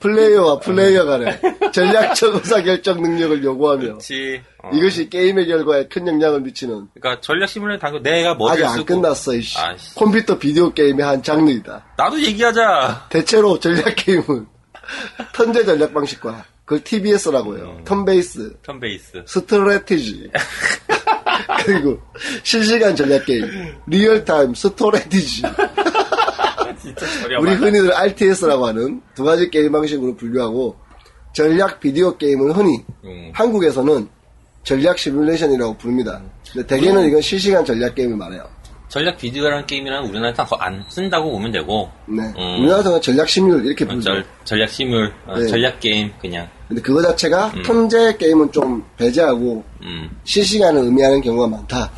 Speaker 2: 플레이어와 플레이어 간의 전략적 의사결정 능력을 요구하며
Speaker 1: 그렇지. 어.
Speaker 2: 이것이 게임의 결과에 큰 영향을 미치는
Speaker 1: 그러니까 전략 시뮬레이션 당근 내가 머리
Speaker 2: 아직
Speaker 1: 를
Speaker 2: 안
Speaker 1: 쓰고
Speaker 2: 끝났어 이씨
Speaker 1: 아이씨.
Speaker 2: 컴퓨터 비디오 게임의 한 장르이다
Speaker 1: 나도 얘기하자.
Speaker 2: 대체로 전략 게임은 턴제 전략 방식과 그걸 TBS라고 해요
Speaker 1: 음.
Speaker 2: 턴베이스
Speaker 1: 턴베이스.
Speaker 2: 스트레티지 그리고 실시간 전략 게임 리얼타임 스토레티지
Speaker 1: 진짜 저렴하다.
Speaker 2: 우리 흔히들 RTS라고 하는 두 가지 게임 방식으로 분류하고 전략 비디오 게임은 흔히
Speaker 1: 음.
Speaker 2: 한국에서는 전략 시뮬레이션이라고 부릅니다. 근데 대개는
Speaker 1: 음.
Speaker 2: 이건 실시간 전략 게임을 말해요.
Speaker 1: 전략 비디오라는 게임이랑 우리나라에서 거안 쓴다고 보면 되고.
Speaker 2: 네.
Speaker 1: 음.
Speaker 2: 우리나라에서는 전략 시뮬 이렇게
Speaker 1: 어,
Speaker 2: 부르죠.
Speaker 1: 절, 전략 시뮬, 어,
Speaker 2: 음, 네.
Speaker 1: 전략 게임 그냥.
Speaker 2: 근데 그거 자체가 턴제 게임은 좀 배제하고
Speaker 1: 음.
Speaker 2: 실시간을 의미하는 경우가 많다.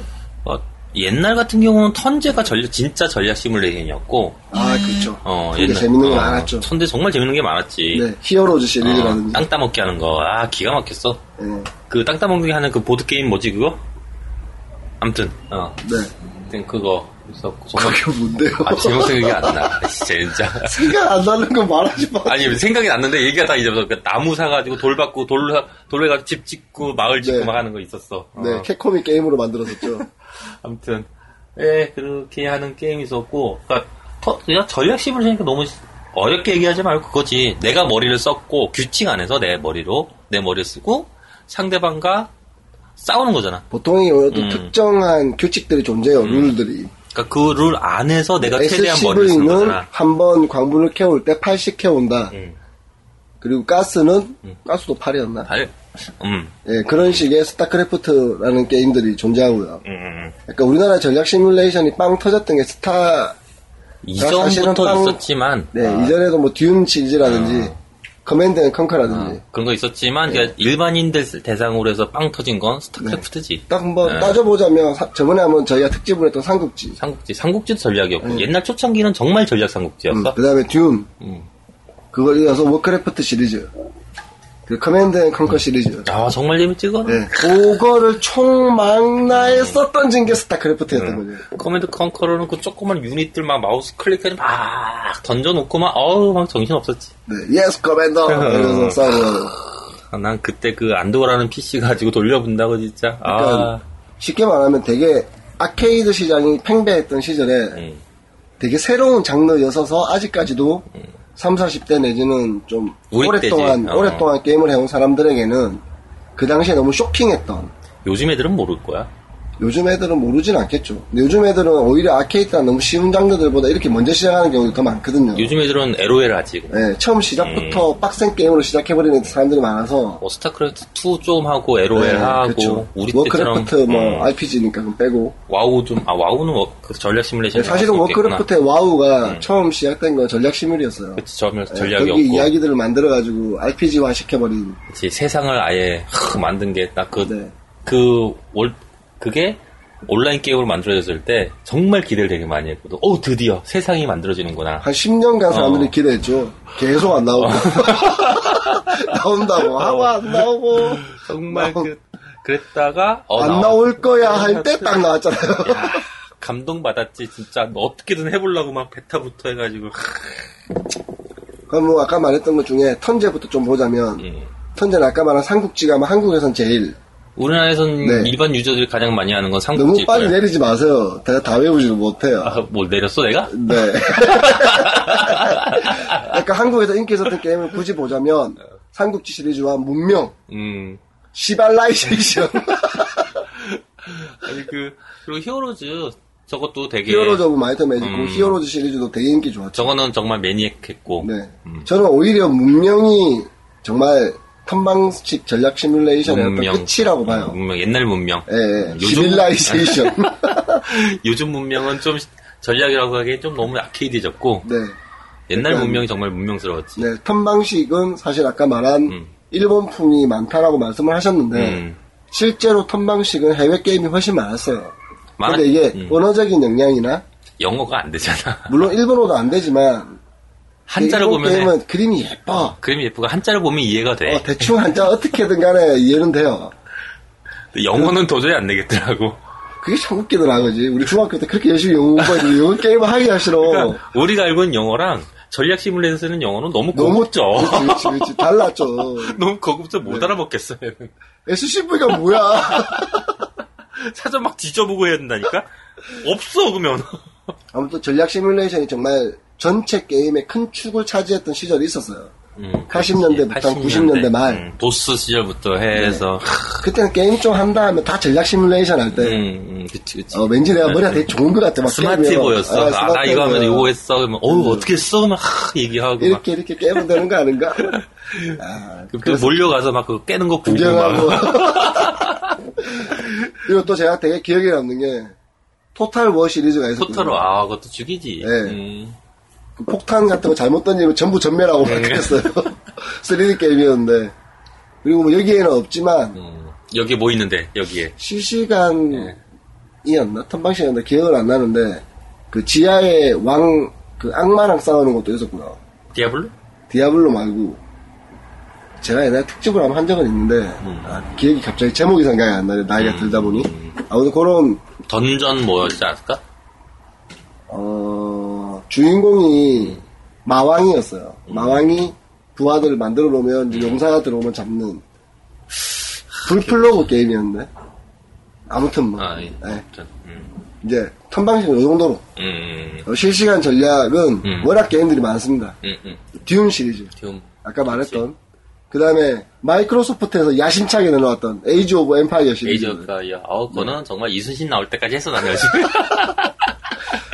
Speaker 1: 어, 옛날 같은 경우는 턴제가 전략 진짜 전략 시뮬레이션이었고
Speaker 2: 아, 그렇죠.
Speaker 1: 어,
Speaker 2: 되게 재밌는 건
Speaker 1: 어,
Speaker 2: 많았죠.
Speaker 1: 턴제 정말 재밌는 게 많았지.
Speaker 2: 네, 히어로즈
Speaker 1: 어,
Speaker 2: 시리즈라든지.
Speaker 1: 땅 따먹기 하는 거, 아, 기가 막혔어.
Speaker 2: 예,
Speaker 1: 그 땅 따먹기 하는 그 보드게임 뭐지, 그거? 암튼, 어,
Speaker 2: 네.
Speaker 1: 암튼 그거. 그래서 정말,
Speaker 2: 그게 뭔데요?
Speaker 1: 아, 제목 생각이 안 나. 아, 진짜.
Speaker 2: 생각 안 나는 건 말하지 마.
Speaker 1: 아니 생각이 났는데 얘기가 다 잊어버렸어. 그 나무 사가지고 돌 받고 돌 사- 돌로 해가지고 집 짓고 마을 짓고
Speaker 2: 네.
Speaker 1: 막 하는 거 있었어. 어.
Speaker 2: 네, 캡콤이 게임으로 만들었었죠.
Speaker 1: 아무튼 예 그렇게 하는 게임이 있었고 그러니까 터- 그냥 전략 시뮬레이션이니까 너무 어렵게 얘기하지 말고 그거지. 내가 머리를 썼고 규칙 안에서 내 머리로 내 머리를 쓰고 상대방과 싸우는 거잖아.
Speaker 2: 보통이 어떤
Speaker 1: 음.
Speaker 2: 특정한 규칙들이 존재해요, 룰들이.
Speaker 1: 그러니까 그 룰 안에서 내가 최대한 머리를 쓰는
Speaker 2: SCV는
Speaker 1: 거잖아.
Speaker 2: 한 번 광분을 캐올 때 8씩 캐온다.
Speaker 1: 음.
Speaker 2: 그리고 가스는, 가스도 8이었나?
Speaker 1: 발- 음,
Speaker 2: 예, 그런 식의 스타크래프트라는 게임들이 존재하고요.
Speaker 1: 음, 음.
Speaker 2: 약간 우리나라 전략 시뮬레이션이 빵 터졌던 게 스타, 그러니까 사실은
Speaker 1: 이전부터
Speaker 2: 땅-
Speaker 1: 있었지만
Speaker 2: 네, 이전에도 뭐 듀움 시리즈라든지,
Speaker 1: 아.
Speaker 2: 커맨드 앤 컨커라든지,
Speaker 1: 어, 그런 거 있었지만 그러니까
Speaker 2: 네.
Speaker 1: 일반인들 대상으로 해서 빵 터진 건 스타크래프트지.
Speaker 2: 딱 한번
Speaker 1: 네.
Speaker 2: 따져보자면, 사- 저번에 한번 저희가 특집을 했던 삼국지,
Speaker 1: 삼국지, 삼국지도 전략이었고 옛날 초창기는 정말 전략 삼국지였어.
Speaker 2: 그 네. 다음에 듀움,
Speaker 1: 음.
Speaker 2: 그걸 이어서 워크래프트 시리즈, 그 커맨드 앤 컨커 시리즈,
Speaker 1: 아 정말 재밌지 그거.
Speaker 2: 네, 그거를 총망라에 썼던진 게 스타크래프트였던 거죠.
Speaker 1: 커맨드 컨커로는 그 조그만 유닛들 막 마우스 클릭해서 막 던져놓고 막 어우 막 정신 없었지.
Speaker 2: 네, 예스 커맨더 이러면서 싸우고
Speaker 1: 아, 난 그때 그 안도라는 PC 가지고 돌려본다고 진짜. 아,
Speaker 2: 그러니까 쉽게 말하면 되게 아케이드 시장이 팽배했던 시절에
Speaker 1: 음.
Speaker 2: 되게 새로운 장르여서서 아직까지도 3, 40대 내지는 좀
Speaker 1: 우리
Speaker 2: 오랫동안
Speaker 1: 때지. 어.
Speaker 2: 오랫동안 게임을 해온 사람들에게는 그 당시에 너무 쇼킹했던
Speaker 1: 요즘 애들은 모를 거야.
Speaker 2: 요즘 애들은 모르진 않겠죠. 근데 요즘 애들은 오히려 아케이드랑 너무 쉬운 장르들보다 이렇게 먼저 시작하는 경우도 더 많거든요.
Speaker 1: 요즘 애들은 LOL 하지.
Speaker 2: 예, 처음 시작부터 빡센 게임으로 시작해버리는 사람들이 많아서
Speaker 1: 뭐 스타크래프트 2 좀 하고 LOL
Speaker 2: 예,
Speaker 1: 하고
Speaker 2: 그렇죠.
Speaker 1: 우리 때처럼
Speaker 2: 워크래프트 뭐
Speaker 1: 음,
Speaker 2: RPG니까 그럼 빼고
Speaker 1: 와우 좀 아 와우는 워- 그 전략 시뮬레이션
Speaker 2: 사실은 워크래프트의 와우가 처음 시작된 건 전략 시뮬이었어요.
Speaker 1: 그치, 전,
Speaker 2: 예,
Speaker 1: 전략이었고.
Speaker 2: 거기 이야기들을 만들어가지고 RPG화 시켜버린
Speaker 1: 그치, 세상을 아예 하, 만든 게 딱 그,
Speaker 2: 네.
Speaker 1: 그, 월, 그게 온라인 게임으로 만들어졌을 때 정말 기대를 되게 많이 했거든. 오, 드디어 세상이 만들어지는구나.
Speaker 2: 한 10년간 사람들이
Speaker 1: 어.
Speaker 2: 기대했죠. 계속 안 나오고
Speaker 1: 어.
Speaker 2: 나온다고 하고 안 나오고
Speaker 1: 정말
Speaker 2: 나오-
Speaker 1: 그, 그랬다가, 어,
Speaker 2: 안
Speaker 1: 나와.
Speaker 2: 나올 거야 할 때 딱 나왔잖아요.
Speaker 1: 야, 감동받았지, 진짜. 어떻게든 해보려고 막 베타부터 해가지고.
Speaker 2: 그럼 뭐 아까 말했던 것 중에 턴제부터 좀 보자면
Speaker 1: 음.
Speaker 2: 턴제는 아까 말한 삼국지가 아마 한국에선 제일
Speaker 1: 우리나라에선
Speaker 2: 네.
Speaker 1: 일반 유저들이 가장 많이 하는 건
Speaker 2: 너무
Speaker 1: 삼국지.
Speaker 2: 빨리 내리지 마세요. 제가 다 외우지도 못해요.
Speaker 1: 아, 뭘 내렸어, 내가?
Speaker 2: 네. 그러니까 한국에서 인기 있었던 게임을 굳이 보자면 삼국지 시리즈와 문명,
Speaker 1: 음.
Speaker 2: 시발라이제이션,
Speaker 1: 아니, 그, 그리고 히어로즈. 저것도 되게.
Speaker 2: 히어로즈 오브 마이터 매직,
Speaker 1: 예. 음.
Speaker 2: 히어로즈 시리즈도 되게 인기 좋았죠.
Speaker 1: 저거는 정말 매니악했고.
Speaker 2: 네.
Speaker 1: 음.
Speaker 2: 저는 오히려 문명이 정말 턴방식 전략 시뮬레이션의 어떤 끝이라고 봐요.
Speaker 1: 문명, 옛날 문명.
Speaker 2: 예, 예.
Speaker 1: 음. 요즘-
Speaker 2: 시빌라이제이션.
Speaker 1: 요즘 문명은 좀 전략이라고 하기엔 좀 너무 아케이드해졌고
Speaker 2: 네.
Speaker 1: 옛날
Speaker 2: 약간-
Speaker 1: 문명이 정말 문명스러웠지.
Speaker 2: 네. 턴방식은 사실 아까 말한
Speaker 1: 음.
Speaker 2: 일본풍이 많다라고 말씀을 하셨는데,
Speaker 1: 음.
Speaker 2: 실제로 턴방식은 해외 게임이 훨씬 많았어요.
Speaker 1: 많았-
Speaker 2: 근데 이게
Speaker 1: 음.
Speaker 2: 언어적인 영향이나
Speaker 1: 영어가 안 되잖아.
Speaker 2: 물론 일본어도 안 되지만
Speaker 1: 한자를
Speaker 2: 일본
Speaker 1: 보면
Speaker 2: 게임은 뭐, 그림이 예뻐.
Speaker 1: 그림이 예쁘고 한자를 보면 이해가 돼.
Speaker 2: 어, 대충 한자 어떻게든 간에 이해는 돼요.
Speaker 1: 근데 영어는 도저히 안 되겠더라고.
Speaker 2: 그게 참 웃기더라 그지. 우리 중학교 때 그렇게 열심히 영어 공부했는데 영어 게임을 하기 하시러
Speaker 1: 그러니까 우리가 알고 있는 영어랑 전략 시뮬레이션 쓰는 영어는 너무
Speaker 2: 어. 너무
Speaker 1: 고급져.
Speaker 2: 그렇지, 네. 그렇지, 그렇지. 달랐죠.
Speaker 1: 너무 고급져 못 알아먹겠어. 얘는.
Speaker 2: SCV가 뭐야?
Speaker 1: 사전 막 뒤져보고 해야 된다니까? 없어 그러면.
Speaker 2: 아무튼 전략 시뮬레이션이 정말 전체 게임의 큰 축을 차지했던 시절이 있었어요.
Speaker 1: 음,
Speaker 2: 80년대부터 90년대 말.
Speaker 1: 도스 음, 시절부터 해서
Speaker 2: 그때는 게임 좀 한다 하면 다 전략 시뮬레이션 할 때.
Speaker 1: 음, 음, 그치 그치.
Speaker 2: 어, 왠지 내가 머리가 되게 좋은 것 같아. 막
Speaker 1: 뭐 스마트
Speaker 2: 게임이요.
Speaker 1: 보였어.
Speaker 2: 아, 음.
Speaker 1: 아,
Speaker 2: 스마트
Speaker 1: 나 이거 하면
Speaker 2: 보여.
Speaker 1: 이거 했어. 그러면, 어우, 어떻게 했어? 막, 하, 얘기하고. 막.
Speaker 2: 이렇게 이렇게 깨면 되는 거 아닌가? 아,
Speaker 1: 그 몰려가서 막 그 깨는 거 보고
Speaker 2: 구경하고.
Speaker 1: 막.
Speaker 2: 그리고 또 제가 되게 기억에 남는 게 토탈 워 시리즈가 있었거든요.
Speaker 1: 토탈로, 아, 그것도 죽이지.
Speaker 2: 네.
Speaker 1: 음.
Speaker 2: 그 폭탄 같은 거 잘못 던지면 전부 전멸하고
Speaker 1: 예.
Speaker 2: 막 그랬어요. 3D 게임이었는데. 그리고 뭐 여기에는 없지만
Speaker 1: 음. 여기 뭐 있는데, 여기에.
Speaker 2: 실시간 이었나? 턴방식이었나? 기억은 안 나는데, 그 지하의 왕, 그 악마랑 싸우는 것도 있었구나.
Speaker 1: 디아블로?
Speaker 2: 디아블로 말고, 제가 옛날에 특집을 한번 한 적은 있는데,
Speaker 1: 음.
Speaker 2: 아, 기억이 갑자기 제목이 생각이 안 나네. 나이가 들다 보니. 아무튼 그런,
Speaker 1: 던전 뭐였지 않을까?
Speaker 2: 어, 주인공이 마왕이었어요.
Speaker 1: 음.
Speaker 2: 마왕이 부하들을 만들어 놓으면 이제 용사가 들어오면 잡는 불플로그 게임이었는데. 아무튼 뭐.
Speaker 1: 아, 예.
Speaker 2: 예.
Speaker 1: 아무튼, 음,
Speaker 2: 이제 턴방식은 이 정도로.
Speaker 1: 음,
Speaker 2: 어, 실시간 전략은
Speaker 1: 음.
Speaker 2: 워낙 게임들이 많습니다.
Speaker 1: 음, 음.
Speaker 2: 듀운 시리즈.
Speaker 1: 지금,
Speaker 2: 아까 말했던. 그 다음에 마이크로소프트에서 야심차게 내놓았던 에이지 네. 오브 엠파이어
Speaker 1: 에이지
Speaker 2: 시리즈.
Speaker 1: 오브 파이어. 아우, 그거는 정말 이순신 나올 때까지 했어, 나는 지금.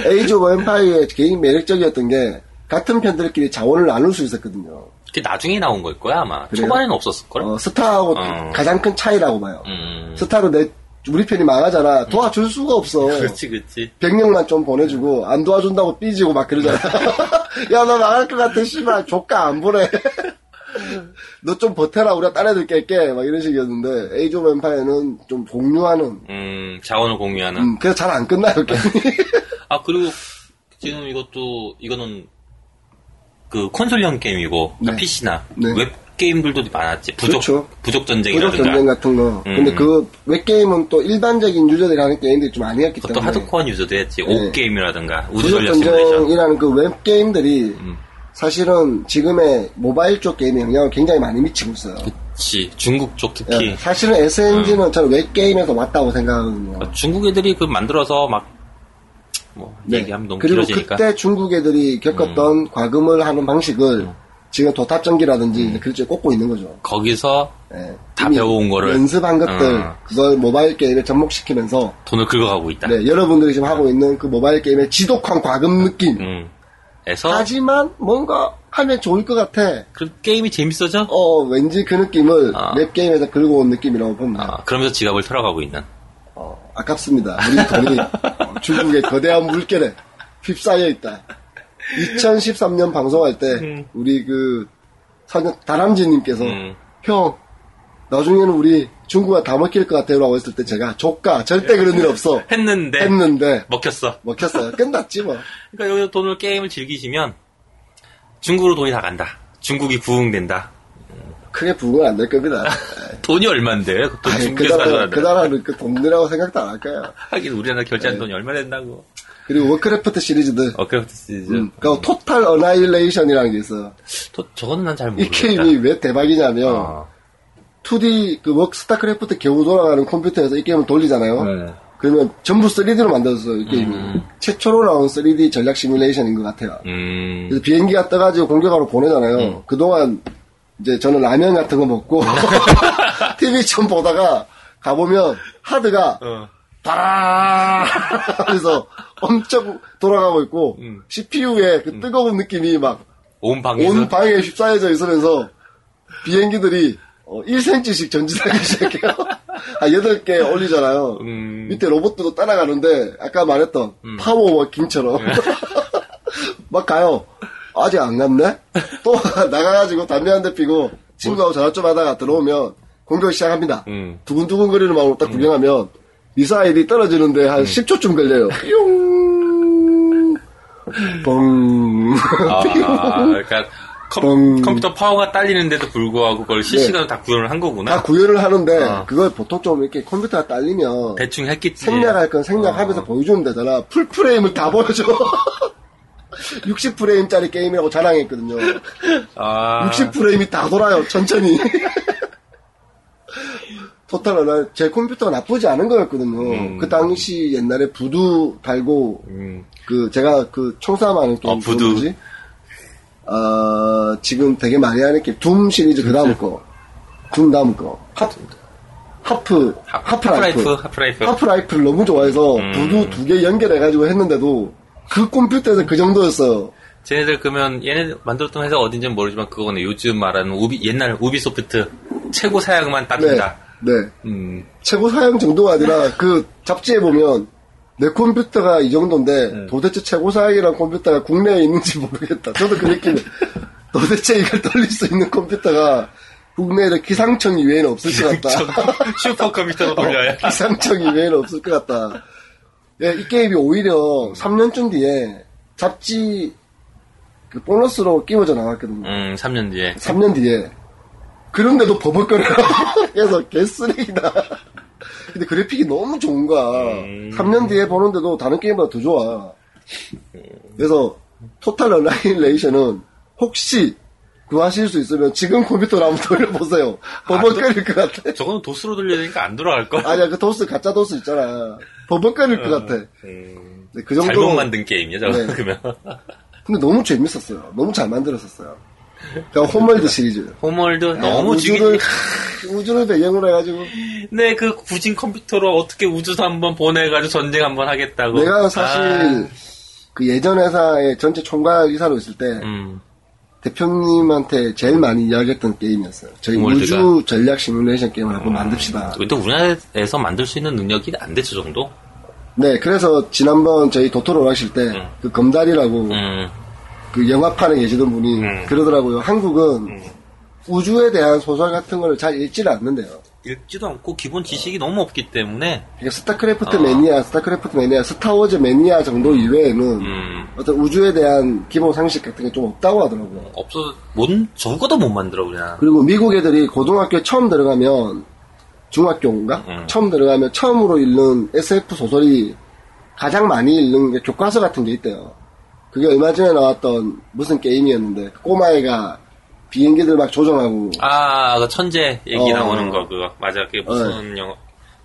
Speaker 2: 에이지 오브 엠파이어의 개인 매력적이었던 게 같은 편들끼리 자원을 나눌 수 있었거든요.
Speaker 1: 그게 나중에 나온 걸 거야, 아마.
Speaker 2: 그래요?
Speaker 1: 초반에는 없었을걸?
Speaker 2: 어, 스타하고
Speaker 1: 어.
Speaker 2: 가장 큰 차이라고 봐요.
Speaker 1: 음,
Speaker 2: 스타로 내 우리 편이 망하잖아. 도와줄 수가 없어.
Speaker 1: 그렇지, 음. 그렇지.
Speaker 2: 병력만 좀 보내주고 안 도와준다고 삐지고 막 그러잖아.
Speaker 1: 음.
Speaker 2: 야 너 망할 것 같아. 씨발 조카 안 보내. 너 좀 버텨라. 우리가 딴 애들 깰게. 막 이런 식이었는데 에이즈 오브 엠파이어는 좀 공유하는.
Speaker 1: 음, 자원을 공유하는.
Speaker 2: 음, 그래서 잘 안 끝나요 게임이.
Speaker 1: 아, 그리고 지금 이것도, 이거는 그 콘솔형 게임이고, 그러니까
Speaker 2: 네.
Speaker 1: PC나
Speaker 2: 네.
Speaker 1: 웹게임들도 많았지. 부족,
Speaker 2: 그렇죠.
Speaker 1: 부족
Speaker 2: 부족
Speaker 1: 전쟁이라든가.
Speaker 2: 전쟁 같은 거. 근데
Speaker 1: 음.
Speaker 2: 그 웹게임은 또 일반적인 유저들이 하는 게임들이 좀 아니었기
Speaker 1: 그것도
Speaker 2: 때문에. 네.
Speaker 1: 하드코어 유저도 했지. 옥게임이라든가,
Speaker 2: 부족
Speaker 1: 우주전략 시뮬레이션.
Speaker 2: 전쟁이라는 그 웹게임들이
Speaker 1: 음.
Speaker 2: 사실은 지금의 모바일 쪽 게임에 영향을 굉장히 많이 미치고 있어요.
Speaker 1: 그치. 중국 쪽 특히. 음.
Speaker 2: 예, 사실은 SNG는 저는 웹게임에서 왔다고 생각하거든요.
Speaker 1: 아, 중국 애들이 그 만들어서 막, 뭐,
Speaker 2: 네.
Speaker 1: 얘기하면 너무
Speaker 2: 그리고
Speaker 1: 길어지니까. 음.
Speaker 2: 그때 중국 애들이 겪었던 과금을 하는 방식을 지금 도탑전기라든지 이제 글자에 꽂고 있는 거죠.
Speaker 1: 거기서
Speaker 2: 예.
Speaker 1: 음. 다
Speaker 2: 이미
Speaker 1: 배워온 거를.
Speaker 2: 연습한 것들
Speaker 1: 어.
Speaker 2: 그걸 모바일 게임에 접목시키면서
Speaker 1: 돈을 긁어가고 있다.
Speaker 2: 네, 여러분들이 지금 하고 있는 그 모바일 게임의 지독한 과금 느낌.
Speaker 1: 음. 에서,
Speaker 2: 하지만 뭔가 하면 좋을 것 같아.
Speaker 1: 그 게임이 재밌어져?
Speaker 2: 어, 왠지 그 느낌을
Speaker 1: 아.
Speaker 2: 웹게임에서 긁어 온 느낌이라고 봅니다.
Speaker 1: 아, 그러면서 지갑을 털어가고 있는.
Speaker 2: 어, 아깝습니다. 우리 돈이 어, 중국의 거대한 물결에 휩싸여 있다. 2013년 방송할 때 우리 그 사장 다람쥐님께서
Speaker 1: 음.
Speaker 2: 형 나중에는 우리 중국가 다 먹힐 것 같아요라고 했을 때 제가 조카 절대 그런 일 없어
Speaker 1: 했는데,
Speaker 2: 했는데
Speaker 1: 먹혔어.
Speaker 2: 먹혔어요. 끝났지 뭐.
Speaker 1: 그러니까 여기서 돈을 게임을 즐기시면 중국으로 돈이 나간다. 중국이 부흥된다.
Speaker 2: 크게 부응은 안 될 겁니다.
Speaker 1: 돈이 얼만데? 그 돈
Speaker 2: 아니, 그
Speaker 1: 아, 중국에서
Speaker 2: 나라 그
Speaker 1: 가져왔는데.
Speaker 2: 나라는 그 돈이라고 생각도 안 할 거예요.
Speaker 1: 하긴 우리나라 결제한 돈이 얼마 된다고.
Speaker 2: 그리고 워크래프트 시리즈들.
Speaker 1: 어크래프트 네. 시리즈.
Speaker 2: 음, 그 토탈 어나일레이션이라는 게 있어요.
Speaker 1: 또 저거는 난 잘
Speaker 2: 이
Speaker 1: 모르겠다.
Speaker 2: 게임이 왜 대박이냐면
Speaker 1: 어.
Speaker 2: 2D 그 워크스타크래프트 겨우 돌아가는 컴퓨터에서 이 게임을 돌리잖아요.
Speaker 1: 네.
Speaker 2: 그러면 전부 3D로 만들었어요, 이 게임이. 최초로 나온 3D 전략 시뮬레이션인 것 같아요.
Speaker 1: 음.
Speaker 2: 그래서 비행기가 떠가지고 공격하러 보내잖아요. 그동안 이제 저는 라면 같은 거 먹고 TV 좀 보다가 가보면 하드가
Speaker 1: 어.
Speaker 2: 바라 하면서 엄청 돌아가고 있고 CPU의 그 뜨거운 느낌이 막
Speaker 1: 온 방에서
Speaker 2: 온 방에 휩싸여져 있으면서 비행기들이 어, 1cm씩 전진하기 시작해요. 한 8개 올리잖아요.
Speaker 1: 음.
Speaker 2: 밑에 로봇들도 따라가는데 아까 말했던 파워워킹처럼
Speaker 1: 네.
Speaker 2: 막 가요. 아직 안 갔네? 또 나가가지고 담배 한 대 피고 친구하고 전화 좀 하다가 들어오면 공격 시작합니다.
Speaker 1: 뭐. 음.
Speaker 2: 두근두근 거리는 마음으로 딱 구경하면 미사일이 떨어지는데
Speaker 1: 음.
Speaker 2: 한 10초쯤 걸려요. 뿅! 뻥!
Speaker 1: 아, 그러니까 컴,
Speaker 2: 음. 네.
Speaker 1: 컴퓨터 파워가 딸리는데도 불구하고 그걸 실시간으로 다 구현을 한 거구나.
Speaker 2: 다 구현을 하는데
Speaker 1: 어.
Speaker 2: 그걸 보통 좀 이렇게 컴퓨터가 딸리면
Speaker 1: 대충 예. 어. 했겠지.
Speaker 2: 생략할 건 생략하면서 보여주면 되잖아. 풀 프레임을 다 보여줘. 60 프레임짜리 게임이라고 자랑했거든요.
Speaker 1: 아,
Speaker 2: 60 프레임이 다 돌아요. 천천히. 토탈 어나 제 컴퓨터가 나쁘지 않은 거였거든요. 그 당시 옛날에 부두 달고
Speaker 1: 음.
Speaker 2: 그 제가 그 총사하는 게임
Speaker 1: 어, 부두.
Speaker 2: 뭐지? 어, 지금 되게 많이 하는 게둠 시리즈 그 다음 거, 둠 다음 거, 하프, 하프,
Speaker 1: 하-
Speaker 2: 하프라이프,
Speaker 1: 하프라이프, 하프라이프. 음.
Speaker 2: 하프라이프를 너무 좋아해서 부두 두 개 연결해가지고 했는데도 그 컴퓨터에서 그 정도였어요.
Speaker 1: 쟤네들 그러면 얘네 만들었던 회사 어딘지는 모르지만 그거는 요즘 말하는 우비 옛날 우비소프트 최고 사양만
Speaker 2: 네,
Speaker 1: 따른다.
Speaker 2: 네.
Speaker 1: 음.
Speaker 2: 최고 사양 정도가 아니라 그 잡지에 보면 내 컴퓨터가 이 정도인데 도대체 최고 사양이란 컴퓨터가 국내에 있는지 모르겠다. 저도 그 느낌. 도대체 이걸 돌릴 수 있는 컴퓨터가 국내에 기상청 아. 이외에는 없을 것 같다. 어.
Speaker 1: 슈퍼컴퓨터로 돌려야.
Speaker 2: 기상청 이외에는 없을 것 같다. 예, 이 게임이 오히려 3년쯤 뒤에 잡지 그 보너스로 끼워져 나왔거든요.
Speaker 1: 음, 3년 뒤에.
Speaker 2: 3년 뒤에. 그런데도 버벅거려. 그래서 개쓰레기다. 근데 그래픽이 너무 좋은 거야.
Speaker 1: 음.
Speaker 2: 3년 뒤에 보는데도 다른 게임보다 더 좋아. 그래서 토탈 어라이레이션은 혹시 구하실 수 있으면 지금 컴퓨터로 한번 돌려보세요.
Speaker 1: 아,
Speaker 2: 버벅거릴 것 같아.
Speaker 1: 저거는 도스로 돌려야 되니까 안 돌아갈 걸.
Speaker 2: 아니야, 그 도스, 가짜 도스 있잖아. 버벅거릴 것 같아.
Speaker 1: 음,
Speaker 2: 네, 그 정도.
Speaker 1: 잘못 만든 게임이야, 저거
Speaker 2: 네.
Speaker 1: 그러면.
Speaker 2: 근데 너무 재밌었어요. 너무 잘 만들었었어요. 그냥 홈월드 시리즈.
Speaker 1: 홈월드 너무
Speaker 2: 아, 우주를,
Speaker 1: 죽이.
Speaker 2: 우주를 배경으로 해가지고.
Speaker 1: 네, 그 구진 컴퓨터로 어떻게 우주선 한번 보내가지고 전쟁 한번 하겠다고.
Speaker 2: 내가
Speaker 1: 아.
Speaker 2: 사실 그 예전 회사의 전체 총괄 이사로 있을 때
Speaker 1: 아, 음,
Speaker 2: 대표님한테 제일 많이 이야기했던 게임이었어요. 저희
Speaker 1: 월드가? 음.
Speaker 2: 우주 전략 시뮬레이션 게임을 한번 만듭시다.
Speaker 1: 근데 우리나라에서 만들 수 있는 능력이 안 되죠, 정도?
Speaker 2: 네, 그래서 지난번 저희 도토로 가실 때
Speaker 1: 음.
Speaker 2: 그 검달이라고
Speaker 1: 음,
Speaker 2: 그 영화판에 계시던 분이
Speaker 1: 음.
Speaker 2: 그러더라고요. 한국은 우주에 대한 소설 같은 걸 잘 읽지를 않는데요.
Speaker 1: 읽지도 않고 기본 지식이 너무 없기 때문에,
Speaker 2: 그러니까 스타크래프트 매니아, 스타크래프트 매니아, 스타워즈 매니아 정도 이외에는
Speaker 1: 음,
Speaker 2: 어떤 우주에 대한 기본 상식 같은 게 좀 없다고 하더라고요.
Speaker 1: 없어, 못, 적어도 못 만들어, 우리나라.
Speaker 2: 그리고 미국 애들이 고등학교에 처음 들어가면 중학교인가?
Speaker 1: 음.
Speaker 2: 처음 들어가면 처음으로 읽는 SF 소설이 가장 많이 읽는 게 교과서 같은 게 있대요. 그게 얼마 전에 나왔던 무슨 게임이었는데 그 꼬마애가 비행기들 막 조종하고
Speaker 1: 아, 그 천재 얘기
Speaker 2: 어.
Speaker 1: 나오는 거, 그거. 맞아, 그게 무슨 영화.